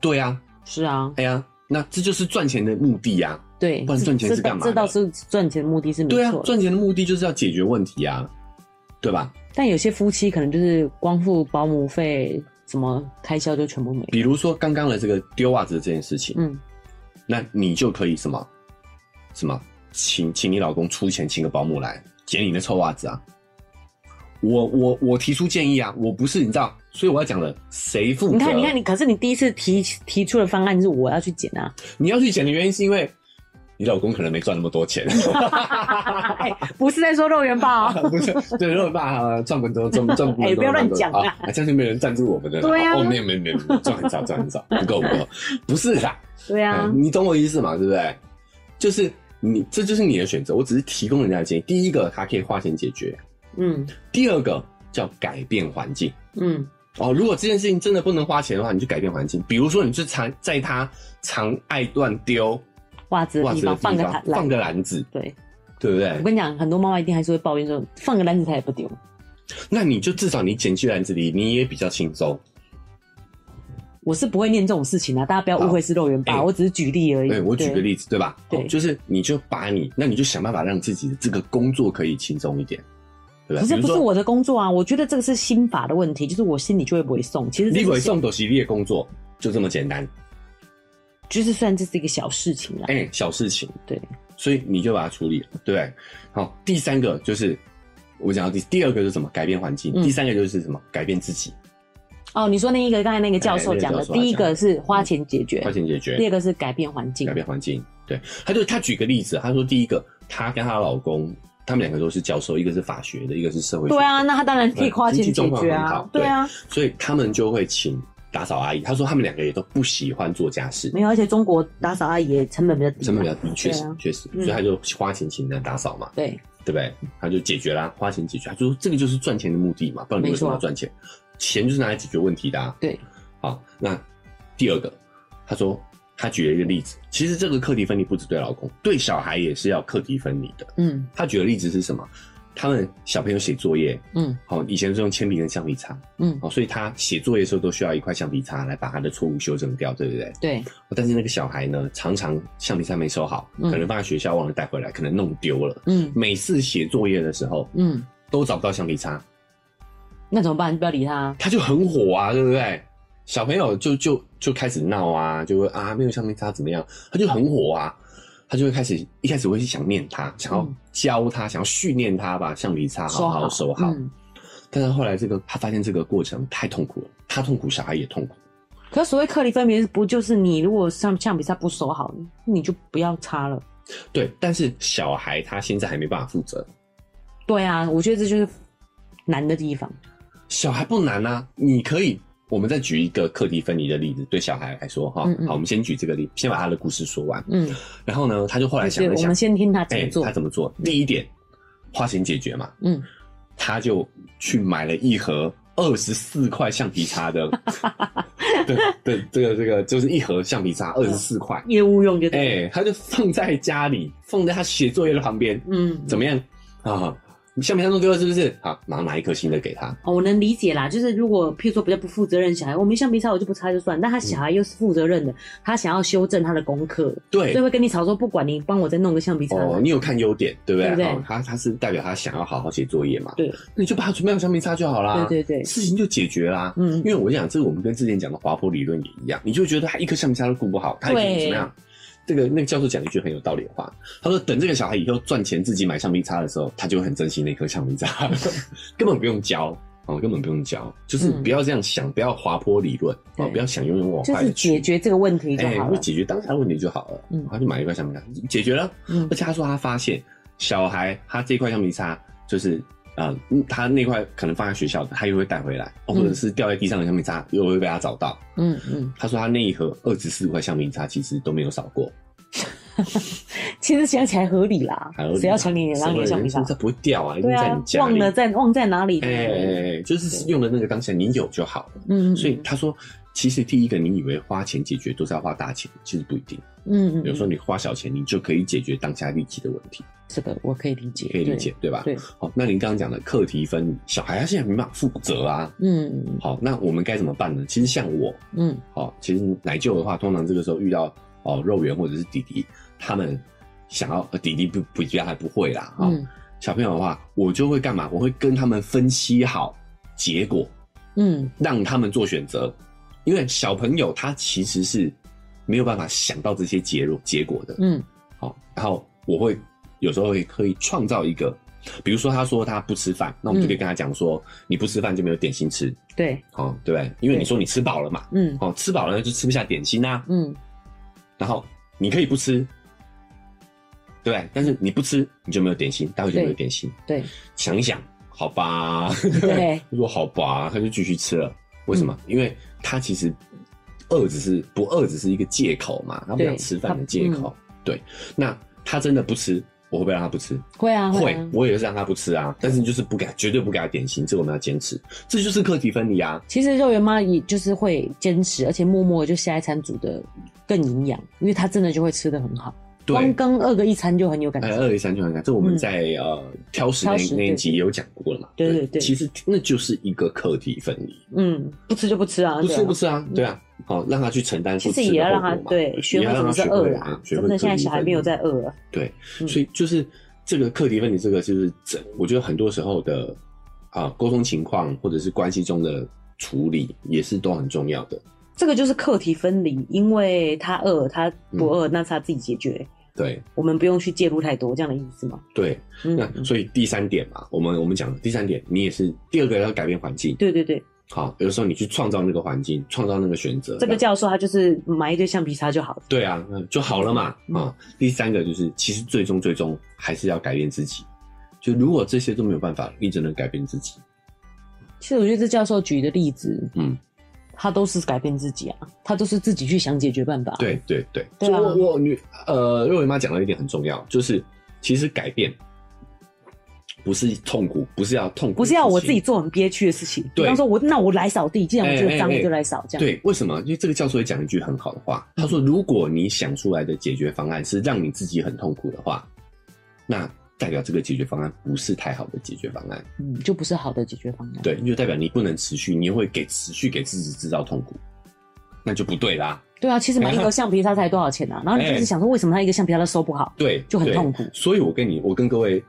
[SPEAKER 2] 对啊，
[SPEAKER 1] 是啊，
[SPEAKER 2] 哎呀，那这就是赚钱的目的呀、啊。
[SPEAKER 1] 对，
[SPEAKER 2] 不然赚钱
[SPEAKER 1] 这
[SPEAKER 2] 是干嘛
[SPEAKER 1] 这
[SPEAKER 2] 的
[SPEAKER 1] 倒是赚钱的目的是没
[SPEAKER 2] 对啊
[SPEAKER 1] 错，的。
[SPEAKER 2] 赚钱的目的就是要解决问题啊，对吧？
[SPEAKER 1] 但有些夫妻可能就是光付保姆费，什么开销就全部没了。
[SPEAKER 2] 比如说刚刚的这个丢袜子的这件事情，
[SPEAKER 1] 嗯，
[SPEAKER 2] 那你就可以什么什么，请请你老公出钱请个保姆来捡你的臭袜子啊。我我我提出建议啊，我不是你知道，所以我要讲了，谁负责？
[SPEAKER 1] 你看，你看，你可是你第一次提提出的方案是我要去捡 啊，
[SPEAKER 2] 你要去捡的原因是因为你老公可能没赚那么多钱，
[SPEAKER 1] 哎，不是在说肉圆吧？
[SPEAKER 2] 不是？对，如果爸呃赚不多，赚不赚不多，
[SPEAKER 1] 哎不要乱讲啊
[SPEAKER 2] 啊！这样就没有人赞助我们的了。
[SPEAKER 1] 对啊
[SPEAKER 2] 哦，没有没有没有，没有赚很少，赚很少，不够不够，不是啦，
[SPEAKER 1] 对啊
[SPEAKER 2] 嗯，你懂我意思嘛？对不对？就是你，这就是你的选择。我只是提供人家的建议。第一个，它可以花钱解决；
[SPEAKER 1] 嗯
[SPEAKER 2] 第二个叫改变环境。
[SPEAKER 1] 嗯，
[SPEAKER 2] 哦，如果这件事情真的不能花钱的话，你就改变环境。比如说，你就常在他常爱乱丢
[SPEAKER 1] 袜子的
[SPEAKER 2] 袜
[SPEAKER 1] 地
[SPEAKER 2] 子的
[SPEAKER 1] 方
[SPEAKER 2] 地
[SPEAKER 1] 放个
[SPEAKER 2] 方
[SPEAKER 1] 篮，
[SPEAKER 2] 放个篮子，
[SPEAKER 1] 对，
[SPEAKER 2] 对不对？
[SPEAKER 1] 我跟你讲，很多妈妈一定还是会抱怨说，放个篮子她也不丢。
[SPEAKER 2] 那你就至少你捡去篮子里，你也比较轻松。
[SPEAKER 1] 我是不会念这种事情啊，大家不要误会是肉圆爸，
[SPEAKER 2] 好哎
[SPEAKER 1] 我只是举例而已。
[SPEAKER 2] 对，我举个例子，对吧？
[SPEAKER 1] 对
[SPEAKER 2] 哦就是你就把你，那你就想办法让自己的这个工作可以轻松一点，对吧？
[SPEAKER 1] 可是
[SPEAKER 2] 啊比
[SPEAKER 1] 不
[SPEAKER 2] 如
[SPEAKER 1] 是
[SPEAKER 2] 说
[SPEAKER 1] 我的工作啊，我觉得这个是心法的问题，就是我心里就会不会送。其实这
[SPEAKER 2] 你
[SPEAKER 1] 是
[SPEAKER 2] 委送都是你的工作，就这么简单。
[SPEAKER 1] 就是算这是一个小事情啊啦。
[SPEAKER 2] 哎、小事情，
[SPEAKER 1] 对，
[SPEAKER 2] 所以你就把它处理了，对不对。好，第三个就是我讲到第第二个就是什么改变环境，
[SPEAKER 1] 嗯
[SPEAKER 2] 第三个就是什么改变自己，
[SPEAKER 1] 哦，你说那一个刚才那个教
[SPEAKER 2] 哎那
[SPEAKER 1] 授
[SPEAKER 2] 个
[SPEAKER 1] 讲的
[SPEAKER 2] 教，授他
[SPEAKER 1] 第一
[SPEAKER 2] 讲
[SPEAKER 1] 个
[SPEAKER 2] 的
[SPEAKER 1] 是花钱解决，
[SPEAKER 2] 花钱解决，
[SPEAKER 1] 第二个是改变环境
[SPEAKER 2] 改。变环境。对，他就他举个例子，他说第一个，她跟她老公，他们两个都是教授，一个是法学的，一个是社会学的
[SPEAKER 1] 对啊，那他当然可以
[SPEAKER 2] 嗯
[SPEAKER 1] 花钱
[SPEAKER 2] 经济
[SPEAKER 1] 解
[SPEAKER 2] 状况
[SPEAKER 1] 决
[SPEAKER 2] 很
[SPEAKER 1] 啊
[SPEAKER 2] 好，
[SPEAKER 1] 对啊，
[SPEAKER 2] 所以他们就会请打扫阿姨。他说他们两个也都不喜欢做家事
[SPEAKER 1] 没，有，而且中国打扫阿姨也成本比较低嘛，
[SPEAKER 2] 成本比较低，确实
[SPEAKER 1] 对啊
[SPEAKER 2] 确实，
[SPEAKER 1] 嗯
[SPEAKER 2] 所以他就花钱请人家打扫嘛，
[SPEAKER 1] 对，
[SPEAKER 2] 对不对？他就解决啦，花钱解决，他就说这个就是赚钱的目的嘛，不然你为什么要
[SPEAKER 1] 没错
[SPEAKER 2] 赚钱？钱就是拿来解决问题的、啊。
[SPEAKER 1] 对，
[SPEAKER 2] 好，那第二个，他说他举了一个例子，其实这个课题分离不只对老公，对小孩也是要课题分离的。
[SPEAKER 1] 嗯
[SPEAKER 2] 他举的例子是什么？他们小朋友写作业，
[SPEAKER 1] 嗯
[SPEAKER 2] 好、以前是用铅笔跟橡皮擦，
[SPEAKER 1] 嗯，
[SPEAKER 2] 哦，所以他写作业的时候都需要一块橡皮擦来把他的错误修正掉，对不对？
[SPEAKER 1] 对，
[SPEAKER 2] 但是那个小孩呢，常常橡皮擦没收好，
[SPEAKER 1] 嗯
[SPEAKER 2] 可能放在学校忘了带回来，可能弄丢了。
[SPEAKER 1] 嗯
[SPEAKER 2] 每次写作业的时候
[SPEAKER 1] 嗯，
[SPEAKER 2] 都找不到橡皮擦，
[SPEAKER 1] 那怎么办？不要理他啊，
[SPEAKER 2] 他就很火啊，对不对？小朋友就就就开始闹啊，就会啊没有橡皮擦怎么样，他就很火啊，他就会开始一开始会去想念他，想要
[SPEAKER 1] 嗯
[SPEAKER 2] 教他，想要训练他把橡皮擦好好收好。
[SPEAKER 1] 嗯
[SPEAKER 2] 但是后来这个他发现这个过程太痛苦了，他痛苦，小孩也痛苦。
[SPEAKER 1] 可所谓课题分明，不就是你如果上橡皮擦不收好，你就不要擦了。
[SPEAKER 2] 对，但是小孩他现在还没办法负责，
[SPEAKER 1] 对啊，我觉得这就是难的地方。
[SPEAKER 2] 小孩不难啊，你可以。我们再举一个课题分离的例子，对小孩来说哈，
[SPEAKER 1] 嗯嗯
[SPEAKER 2] 好，我们先举这个例，先把他的故事说完。
[SPEAKER 1] 嗯，
[SPEAKER 2] 然后呢，他就后来
[SPEAKER 1] 就
[SPEAKER 2] 想
[SPEAKER 1] 是
[SPEAKER 2] 了
[SPEAKER 1] 我
[SPEAKER 2] 想
[SPEAKER 1] 们，先听他怎
[SPEAKER 2] 哎、
[SPEAKER 1] 么做
[SPEAKER 2] 他。怎么做？第一点，花钱解决嘛，
[SPEAKER 1] 嗯，
[SPEAKER 2] 他就去买了一盒二十四块橡皮擦 的，对对，这个这个就是一盒橡皮擦二十四块，
[SPEAKER 1] 业务用就
[SPEAKER 2] 哎、
[SPEAKER 1] 对。
[SPEAKER 2] 他就放在家里，放在他写作业的旁边，
[SPEAKER 1] 嗯，
[SPEAKER 2] 怎么样啊？你橡皮擦弄丢了是不是？好，马上拿一颗新的给他。
[SPEAKER 1] 哦我能理解啦，就是如果譬如说比较不负责任的小孩，我没橡皮擦我就不擦就算，但他小孩又是负责任的，他想要修正他的功课，
[SPEAKER 2] 对
[SPEAKER 1] 所以，会跟你吵说，不管你帮我再弄个橡皮擦来。
[SPEAKER 2] 哎哦，你有看优点，对不对？
[SPEAKER 1] 对不对
[SPEAKER 2] 哦他他是代表他想要好好写作业嘛？
[SPEAKER 1] 对
[SPEAKER 2] 那你就把他准备好橡皮擦就好啦。
[SPEAKER 1] 对对对，
[SPEAKER 2] 事情就解决啦。
[SPEAKER 1] 嗯
[SPEAKER 2] 因为我想，这个我们跟之前讲的滑坡理论也一样，你就会觉得他一颗橡皮擦都顾不好，他一定怎么样？这个那个教授讲一句很有道理的话，他说：“等这个小孩以后赚钱自己买橡皮擦的时候，他就会很珍惜那颗橡皮擦， 根本不用教哦，根本不用教，就是
[SPEAKER 1] 嗯
[SPEAKER 2] 不要这样想，不要滑坡理论哦，
[SPEAKER 1] 对
[SPEAKER 2] 不要想永远往
[SPEAKER 1] 就
[SPEAKER 2] 坏
[SPEAKER 1] 是
[SPEAKER 2] 的
[SPEAKER 1] 解
[SPEAKER 2] 去。
[SPEAKER 1] 决这个问题就
[SPEAKER 2] 哎，
[SPEAKER 1] 好
[SPEAKER 2] 就
[SPEAKER 1] 了。
[SPEAKER 2] 解决当下的问题就好了。
[SPEAKER 1] 嗯
[SPEAKER 2] 他就买一块橡皮擦，解决了。
[SPEAKER 1] 嗯
[SPEAKER 2] 而且他说他发现小孩他这块橡皮擦就是啊、呃嗯他那块可能放在学校的，他又会带回来，哦
[SPEAKER 1] 嗯
[SPEAKER 2] 或者是掉在地上的橡皮擦又会被他找到。
[SPEAKER 1] 嗯嗯，
[SPEAKER 2] 他说他那一盒二十四块橡皮擦其实都没有扫过，
[SPEAKER 1] 其实想起来合理啦
[SPEAKER 2] 还有，
[SPEAKER 1] 谁要抢你
[SPEAKER 2] 什
[SPEAKER 1] 让你
[SPEAKER 2] 么
[SPEAKER 1] 的橡皮擦
[SPEAKER 2] 人？它不会掉啊，一定
[SPEAKER 1] 对
[SPEAKER 2] 在
[SPEAKER 1] 啊
[SPEAKER 2] 你，家
[SPEAKER 1] 忘
[SPEAKER 2] 里。
[SPEAKER 1] 了在忘在哪里
[SPEAKER 2] 哎、
[SPEAKER 1] 嗯
[SPEAKER 2] 哎哎就是用的那个当下你有就好了。
[SPEAKER 1] 嗯，
[SPEAKER 2] 所以他说，其实第一个你以为花钱解决都是要花大钱，其实不一定。
[SPEAKER 1] 嗯嗯，
[SPEAKER 2] 有时候你花小钱，你就可以解决当下立即的问题，
[SPEAKER 1] 这个我可以理解，
[SPEAKER 2] 可以理解对吧？
[SPEAKER 1] 对，对，
[SPEAKER 2] 好，那您刚刚讲的课题分离，小孩他现在没办法负责啊。
[SPEAKER 1] 嗯
[SPEAKER 2] 好，那我们该怎么办呢？其实像我，
[SPEAKER 1] 嗯
[SPEAKER 2] 好、其实奶舅的话，通常这个时候遇到哦肉圆或者是弟弟，他们想要、呃弟弟不不比较还不会啦，啊、
[SPEAKER 1] 嗯
[SPEAKER 2] 小朋友的话，我就会干嘛？我会跟他们分析好结果，
[SPEAKER 1] 嗯，
[SPEAKER 2] 让他们做选择，因为小朋友他其实是没有办法想到这些结论结果的，
[SPEAKER 1] 嗯
[SPEAKER 2] 好，然后我会有时候会可以创造一个，比如说他说他不吃饭，那我们就
[SPEAKER 1] 嗯
[SPEAKER 2] 可以跟他讲说，你不吃饭就没有点心吃，
[SPEAKER 1] 对，
[SPEAKER 2] 哦，对不对？因为
[SPEAKER 1] 对
[SPEAKER 2] 你说你吃饱了嘛，
[SPEAKER 1] 嗯
[SPEAKER 2] 哦，吃饱了就吃不下点心啊，
[SPEAKER 1] 嗯
[SPEAKER 2] 然后你可以不吃，对不对？但是你不吃你就没有点心，待会就没有点心。
[SPEAKER 1] 对，
[SPEAKER 2] 想一想，好 吧，
[SPEAKER 1] 对，
[SPEAKER 2] 他说好吧，他就继续吃了。为什么？
[SPEAKER 1] 嗯
[SPEAKER 2] 因为他其实饿只是不饿只是一个借口嘛，他不想
[SPEAKER 1] 对
[SPEAKER 2] 吃饭的
[SPEAKER 1] 他
[SPEAKER 2] 借口。
[SPEAKER 1] 嗯
[SPEAKER 2] 对，那他真的不吃，我会不会让他不吃？
[SPEAKER 1] 会啊
[SPEAKER 2] 会
[SPEAKER 1] 啊，
[SPEAKER 2] 我也是让他不吃啊，但是你就是不给他，绝对不给他点心，这我们要坚持，这就是课题分离啊。
[SPEAKER 1] 其实肉圆妈也就是会坚持，而且默默就下一餐煮的更营养，因为她真的就会吃的很好。光
[SPEAKER 2] 对，
[SPEAKER 1] 跟二个一餐就很有感
[SPEAKER 2] 呃，
[SPEAKER 1] 觉。
[SPEAKER 2] 二一三就很感，这我们
[SPEAKER 1] 嗯
[SPEAKER 2] 在呃挑食那
[SPEAKER 1] 挑食
[SPEAKER 2] 那
[SPEAKER 1] 对
[SPEAKER 2] 一集有讲过了嘛？
[SPEAKER 1] 对对对
[SPEAKER 2] 其实那就是一个课题分离，
[SPEAKER 1] 嗯，不吃就不吃啊，
[SPEAKER 2] 不
[SPEAKER 1] 对
[SPEAKER 2] 吃
[SPEAKER 1] 啊
[SPEAKER 2] 不吃啊，对啊，好让他去承担
[SPEAKER 1] 其
[SPEAKER 2] 不
[SPEAKER 1] 实
[SPEAKER 2] 吃
[SPEAKER 1] 也要
[SPEAKER 2] 的
[SPEAKER 1] 让
[SPEAKER 2] 后
[SPEAKER 1] 他
[SPEAKER 2] 果嘛，
[SPEAKER 1] 对学
[SPEAKER 2] 也
[SPEAKER 1] 会
[SPEAKER 2] 要
[SPEAKER 1] 怎么
[SPEAKER 2] 让他
[SPEAKER 1] 是
[SPEAKER 2] 学
[SPEAKER 1] 饿
[SPEAKER 2] 会
[SPEAKER 1] 啦
[SPEAKER 2] 啊，，学
[SPEAKER 1] 真
[SPEAKER 2] 会
[SPEAKER 1] 的现在
[SPEAKER 2] 课题
[SPEAKER 1] 小孩
[SPEAKER 2] 分
[SPEAKER 1] 没有
[SPEAKER 2] 离
[SPEAKER 1] 在饿了。
[SPEAKER 2] 对，
[SPEAKER 1] 嗯
[SPEAKER 2] 所以就是这个课题分离，这个就是整，我觉得很多时候的啊沟通情况或者是关系中的处理也是都很重要的。
[SPEAKER 1] 这个就是课题分离，因为他饿，他不
[SPEAKER 2] 嗯
[SPEAKER 1] 饿，那是他自己解决，
[SPEAKER 2] 对
[SPEAKER 1] 我们不用去介入太多，这样的意思吗？
[SPEAKER 2] 对，
[SPEAKER 1] 嗯，
[SPEAKER 2] 那所以第三点嘛，我们我们讲的第三点，你也是第二个要改变环境。
[SPEAKER 1] 对对对，
[SPEAKER 2] 好，有时候你去创造那个环境，创造那个选择，
[SPEAKER 1] 这个教授他就是买一堆橡皮擦就好了。
[SPEAKER 2] 对啊，嗯就好了嘛啊、第三个就是，其实最终最终还是要改变自己。就如果这些都没有办法，你只能改变自己。
[SPEAKER 1] 其实我觉得这教授举的例子，
[SPEAKER 2] 嗯，
[SPEAKER 1] 他都是改变自己啊，他都是自己去想解决办法。，
[SPEAKER 2] 对对对，
[SPEAKER 1] 对啊
[SPEAKER 2] 所以我我你呃，肉圆妈讲了一点很重要，就是其实改变不是痛苦，不是要痛苦，
[SPEAKER 1] 不是要我自己。做很憋屈的事情。比
[SPEAKER 2] 对
[SPEAKER 1] 方说我，那我来扫地，既然我觉得
[SPEAKER 2] 哎
[SPEAKER 1] 脏，
[SPEAKER 2] 哎哎
[SPEAKER 1] 我就来扫，这样。
[SPEAKER 2] 对，为什么？因为这个教授也讲一句很好的话，他
[SPEAKER 1] 嗯
[SPEAKER 2] 说：“如果你想出来的解决方案是让你自己很痛苦的话，那代表这个解决方案不是太好的解决方案。”
[SPEAKER 1] 嗯，就不是好的解决方案。
[SPEAKER 2] 对，就代表你不能持续，你会给持续给自己制造痛苦，那就不对啦。
[SPEAKER 1] 对啊，其实买一个橡皮擦才多少钱啊？然后你就是想说，为什么他一个橡皮擦都收不好？
[SPEAKER 2] 对，
[SPEAKER 1] 就很
[SPEAKER 2] 对
[SPEAKER 1] 痛苦
[SPEAKER 2] 所以我跟你，我跟各位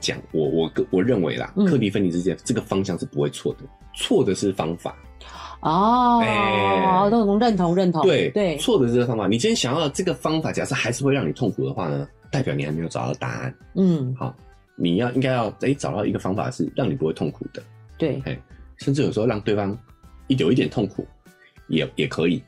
[SPEAKER 2] 讲，我我跟我认为啦，
[SPEAKER 1] 嗯
[SPEAKER 2] 课题分离之间这个方向是不会错的，错的是方法。
[SPEAKER 1] 哦，
[SPEAKER 2] 哎
[SPEAKER 1] 都认同认同。
[SPEAKER 2] 对
[SPEAKER 1] 哦对，
[SPEAKER 2] 错的是这个方法。你今天想要这个方法，假设还是会让你痛苦的话呢，代表你还没有找到答案。
[SPEAKER 1] 嗯，
[SPEAKER 2] 好，你要应该要哎找到一个方法是让你不会痛苦的，
[SPEAKER 1] 对，
[SPEAKER 2] 哎，甚至有时候让对方一有一点痛苦。也也可 以，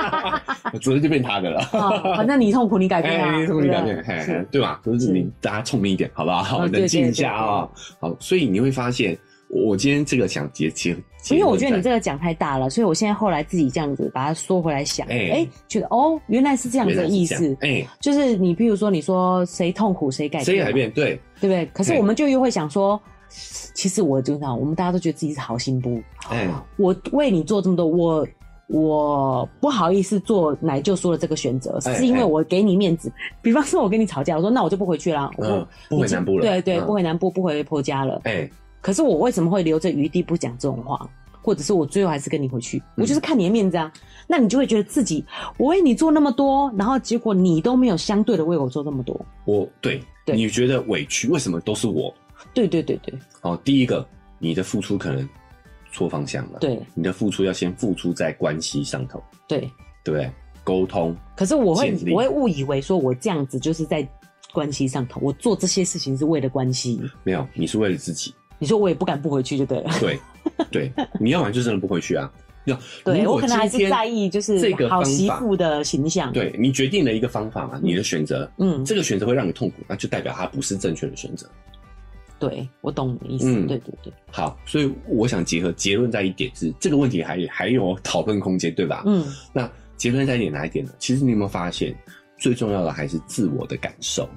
[SPEAKER 2] 责任就变他的了。
[SPEAKER 1] 啊，反正你痛苦，你改变啊，
[SPEAKER 2] 哎，痛
[SPEAKER 1] 对
[SPEAKER 2] 苦你
[SPEAKER 1] 不
[SPEAKER 2] 改
[SPEAKER 1] 对
[SPEAKER 2] 变，嘿
[SPEAKER 1] 是
[SPEAKER 2] 嘿对吧？就是
[SPEAKER 1] 是
[SPEAKER 2] 你大家聪明一点，好不好？
[SPEAKER 1] 哦对
[SPEAKER 2] 冷静一
[SPEAKER 1] 对对
[SPEAKER 2] 下啊。好，所以你会发现，我我今天这个想结结，结
[SPEAKER 1] 因为我觉得
[SPEAKER 2] 论
[SPEAKER 1] 你这
[SPEAKER 2] 在
[SPEAKER 1] 个讲太大了，所以我现在后来自己这样子把它缩回来想，哎、
[SPEAKER 2] 哎
[SPEAKER 1] 觉得哦，原来是这样子的意
[SPEAKER 2] 原
[SPEAKER 1] 思。
[SPEAKER 2] 来是哎
[SPEAKER 1] 就是你，譬如说，你说谁痛苦谁改变，
[SPEAKER 2] 这样哎，谁改，变？对
[SPEAKER 1] 对不对？可是
[SPEAKER 2] 哎
[SPEAKER 1] 我们就又会想说，其实我就想，我们大家都觉得自己是好心不，
[SPEAKER 2] 哎
[SPEAKER 1] 我为你做这么多，我我不好意思做奶就说了这个选择，
[SPEAKER 2] 哎
[SPEAKER 1] 是因为我给你面子。比方说，我跟你吵架，我说那我就不回去啦，我
[SPEAKER 2] 嗯不回
[SPEAKER 1] 你今
[SPEAKER 2] 南部了
[SPEAKER 1] 对对，
[SPEAKER 2] 嗯
[SPEAKER 1] 不回南部，不回婆家了。
[SPEAKER 2] 哎，
[SPEAKER 1] 可是我为什么会留着余地不讲这种话？或者是我最后还是跟你回去，我
[SPEAKER 2] 嗯
[SPEAKER 1] 就是看你的面子啊。那你就会觉得自己我为你做那么多，然后结果你都没有相对的为我做那么多。
[SPEAKER 2] 我对
[SPEAKER 1] 对
[SPEAKER 2] 你觉得委屈，为什么都是我？
[SPEAKER 1] 对对对对
[SPEAKER 2] 哦，第一个，你的付出可能错方向了，，
[SPEAKER 1] 对
[SPEAKER 2] 你的付出要先付出在关系上头，
[SPEAKER 1] 对。
[SPEAKER 2] 对不对？沟通，
[SPEAKER 1] 可是我会
[SPEAKER 2] 建立
[SPEAKER 1] 我会误以为说我这样子就是在关系上头，我做这些事情是为了关系。
[SPEAKER 2] 没有，你是为了自己，
[SPEAKER 1] 你说我也不敢不回去就 对了。
[SPEAKER 2] 对，对，你要不然就真的不回去啊。要
[SPEAKER 1] 对
[SPEAKER 2] 如果
[SPEAKER 1] 我可能还
[SPEAKER 2] 今
[SPEAKER 1] 是
[SPEAKER 2] 天
[SPEAKER 1] 在意就是
[SPEAKER 2] 这个
[SPEAKER 1] 好
[SPEAKER 2] 方
[SPEAKER 1] 媳
[SPEAKER 2] 法
[SPEAKER 1] 妇的形象。，
[SPEAKER 2] 对你决定了一个方法嘛，你的选择，
[SPEAKER 1] 嗯，
[SPEAKER 2] 这个选择会让你痛苦，那就代表它不是正确的选择。
[SPEAKER 1] 对我懂你的意思。
[SPEAKER 2] 嗯
[SPEAKER 1] 对对对，
[SPEAKER 2] 好，所以我想结合结论在一点是，这个问题还还有讨论空间，对吧？
[SPEAKER 1] 嗯，
[SPEAKER 2] 那结论在一点哪一点呢？其实你有没有发现，最重要的还是自我的感受，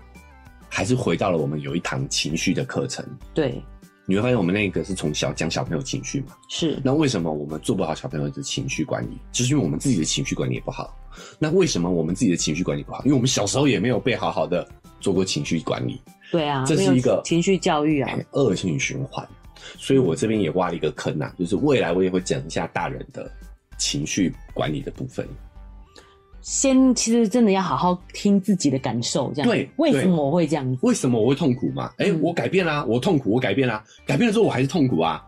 [SPEAKER 2] 还是回到了我们有一堂情绪的课程。
[SPEAKER 1] 对，
[SPEAKER 2] 你会发现，我们那个是从小讲小朋友情绪嘛？
[SPEAKER 1] 是，
[SPEAKER 2] 那为什么我们做不好小朋友的情绪管理？就是因为我们自己的情绪管理也不好。那为什么我们自己的情绪管理不好？因为我们小时候也没有被好好的做过情绪管理，
[SPEAKER 1] 对啊，
[SPEAKER 2] 这
[SPEAKER 1] 没
[SPEAKER 2] 是
[SPEAKER 1] 有
[SPEAKER 2] 一个
[SPEAKER 1] 情绪教育啊。
[SPEAKER 2] 哎恶性循环。所以我这边也挖了一个坑啊，就是未来我也会讲一下大人的情绪管理的部分。
[SPEAKER 1] 先其实真的要好好听自己的感受，这样
[SPEAKER 2] 对
[SPEAKER 1] 为
[SPEAKER 2] 对
[SPEAKER 1] 什么我会这样子？
[SPEAKER 2] 为什么我会痛苦嘛？哎、
[SPEAKER 1] 嗯
[SPEAKER 2] 我改变啦、我痛苦，我改变啦、改变了之后我还是痛苦啊，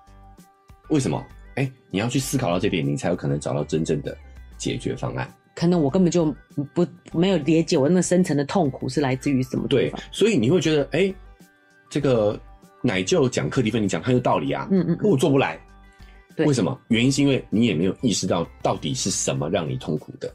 [SPEAKER 2] 为什么？哎、你要去思考到这点，你才有可能找到真正的解决方案。
[SPEAKER 1] 可能我根本就不没有理解我那个深层的痛苦是来自于什么地
[SPEAKER 2] 对
[SPEAKER 1] 方。，
[SPEAKER 2] 所以你会觉得，哎、这个奶舅讲课题分离讲很有道理啊，
[SPEAKER 1] 嗯嗯
[SPEAKER 2] 可我做不来，
[SPEAKER 1] 对
[SPEAKER 2] 为什么？原因是因为你也没有意识到到底是什么让你痛苦的，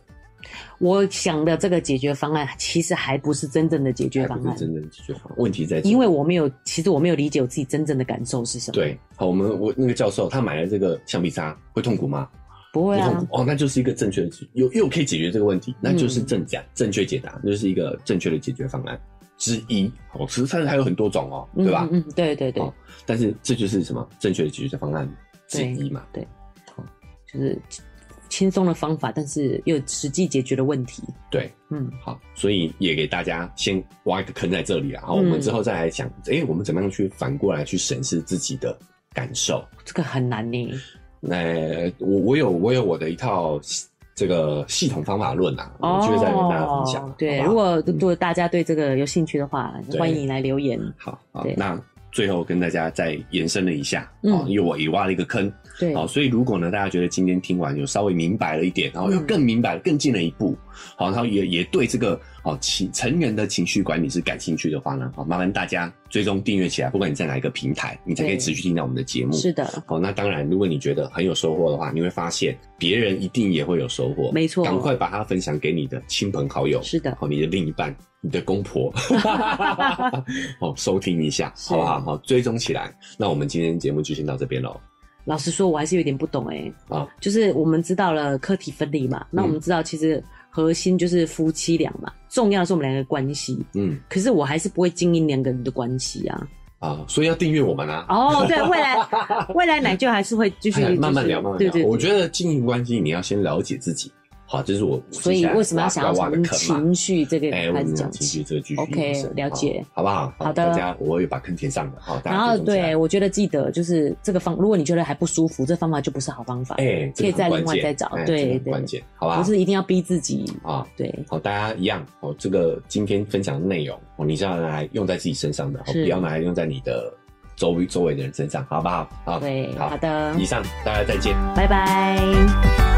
[SPEAKER 1] 我想的这个解决方案其实还不是真正的解决
[SPEAKER 2] 还
[SPEAKER 1] 方
[SPEAKER 2] 不
[SPEAKER 1] 案
[SPEAKER 2] 是，真正的解决方案。问题在这里
[SPEAKER 1] 因为我没有，其实我没有理解我自己真正的感受是什么。，
[SPEAKER 2] 对，好，我们我那个教授他买了这个橡皮擦，会痛苦吗？
[SPEAKER 1] 不会
[SPEAKER 2] 不
[SPEAKER 1] 啊嗯
[SPEAKER 2] 痛，苦哦，那就是一个正确的解，又又可以解决这个问题，那就是正解、正确解答，那就是一个正确的解决方案之一。哦，其实它还有很多种哦，对吧？
[SPEAKER 1] 嗯嗯，嗯对对对，
[SPEAKER 2] 哦但是这就是什么正确的解决方案之一嘛。
[SPEAKER 1] 就是轻松的方法，但是又有实际解决的问题。
[SPEAKER 2] 对，
[SPEAKER 1] 嗯，
[SPEAKER 2] 好，所以也给大家先挖一个坑在这里然后我
[SPEAKER 1] 嗯
[SPEAKER 2] 们之后再来想，诶，我们怎么样去反过来去审视自己的感受？
[SPEAKER 1] 这个很难呢。
[SPEAKER 2] 那、我我有我有我的一套系这个系统方法论啊，我就会再跟大家分享。
[SPEAKER 1] 哦对，
[SPEAKER 2] 好不好
[SPEAKER 1] 如果
[SPEAKER 2] 嗯
[SPEAKER 1] 如果大家对这个有兴趣的话，
[SPEAKER 2] 对
[SPEAKER 1] 欢迎来留言。
[SPEAKER 2] 好，好
[SPEAKER 1] 对，
[SPEAKER 2] 那最后跟大家再延伸了一下，
[SPEAKER 1] 嗯
[SPEAKER 2] 哦，因为我也挖了一个坑，
[SPEAKER 1] 对，
[SPEAKER 2] 好，所以如果呢，大家觉得今天听完有稍微明白了一点，然后又
[SPEAKER 1] 嗯
[SPEAKER 2] 更明白、更进了一步，好，然后也也对这个好情成人的情绪管理是感兴趣的话呢，好，麻烦大家追踪订阅起来，不管你在哪一个平台，你才可以
[SPEAKER 1] 对
[SPEAKER 2] 持续听到我们的节目。
[SPEAKER 1] 是的，
[SPEAKER 2] 好，那当然，如果你觉得很有收获的话，你会发现别人一定也会有收获。
[SPEAKER 1] 没错
[SPEAKER 2] 赶快把它分享给你的亲朋好友，
[SPEAKER 1] 是的
[SPEAKER 2] 好，你的另一半、你的 公婆，哦，收听一下，
[SPEAKER 1] 是
[SPEAKER 2] 好不好？好，追踪起来。那我们今天节目就先到这边喽。
[SPEAKER 1] 老实说，我还是有点不懂哎。
[SPEAKER 2] 啊，
[SPEAKER 1] 就是我们知道了课题分离
[SPEAKER 2] 嗯
[SPEAKER 1] 嘛，那我们知道其实核心就是夫妻俩嘛，重要的是我们两个关系。
[SPEAKER 2] 嗯
[SPEAKER 1] 可是我还是不会经营两个人的关系啊。
[SPEAKER 2] 啊，所以要订阅我们啊。
[SPEAKER 1] 哦， 对，未来未来奶舅还是会继续、
[SPEAKER 2] 哎
[SPEAKER 1] 就是
[SPEAKER 2] 慢慢聊，慢慢
[SPEAKER 1] 对
[SPEAKER 2] 聊。
[SPEAKER 1] 对对
[SPEAKER 2] 我觉得经营关系你要先了解自己，好，这是我我
[SPEAKER 1] 所以
[SPEAKER 2] 接下来
[SPEAKER 1] 为什么要想要
[SPEAKER 2] 挖的
[SPEAKER 1] 从
[SPEAKER 2] 坑嘛？
[SPEAKER 1] 情绪这个
[SPEAKER 2] 哎，我
[SPEAKER 1] 开始
[SPEAKER 2] 们
[SPEAKER 1] 讲
[SPEAKER 2] 讲情
[SPEAKER 1] 起
[SPEAKER 2] 绪？这个继续
[SPEAKER 1] OK，
[SPEAKER 2] 延伸
[SPEAKER 1] 了解
[SPEAKER 2] 好好不好？
[SPEAKER 1] 好的
[SPEAKER 2] 大家我也把坑填上了，好，大家
[SPEAKER 1] 然后
[SPEAKER 2] 追踪起来
[SPEAKER 1] 对，我觉得记得就是这个方，如果你觉得还不舒服，这方法就不是好方法，
[SPEAKER 2] 哎，
[SPEAKER 1] 可以
[SPEAKER 2] 这个很
[SPEAKER 1] 再
[SPEAKER 2] 关
[SPEAKER 1] 另外
[SPEAKER 2] 键
[SPEAKER 1] 再找
[SPEAKER 2] 哎
[SPEAKER 1] 对
[SPEAKER 2] 这个很
[SPEAKER 1] 对
[SPEAKER 2] 关键，好吧？
[SPEAKER 1] 不是一定要逼自己。
[SPEAKER 2] 啊，
[SPEAKER 1] 对，
[SPEAKER 2] 好，大家一样哦。这个今天分享的内容哦，你是要拿来用在自己身上的，哦，
[SPEAKER 1] 是
[SPEAKER 2] 不要拿来用在你的周围周围的人身上，好不好？好，
[SPEAKER 1] 对，
[SPEAKER 2] 好
[SPEAKER 1] 好，的
[SPEAKER 2] 以，上大家再见。
[SPEAKER 1] 拜拜。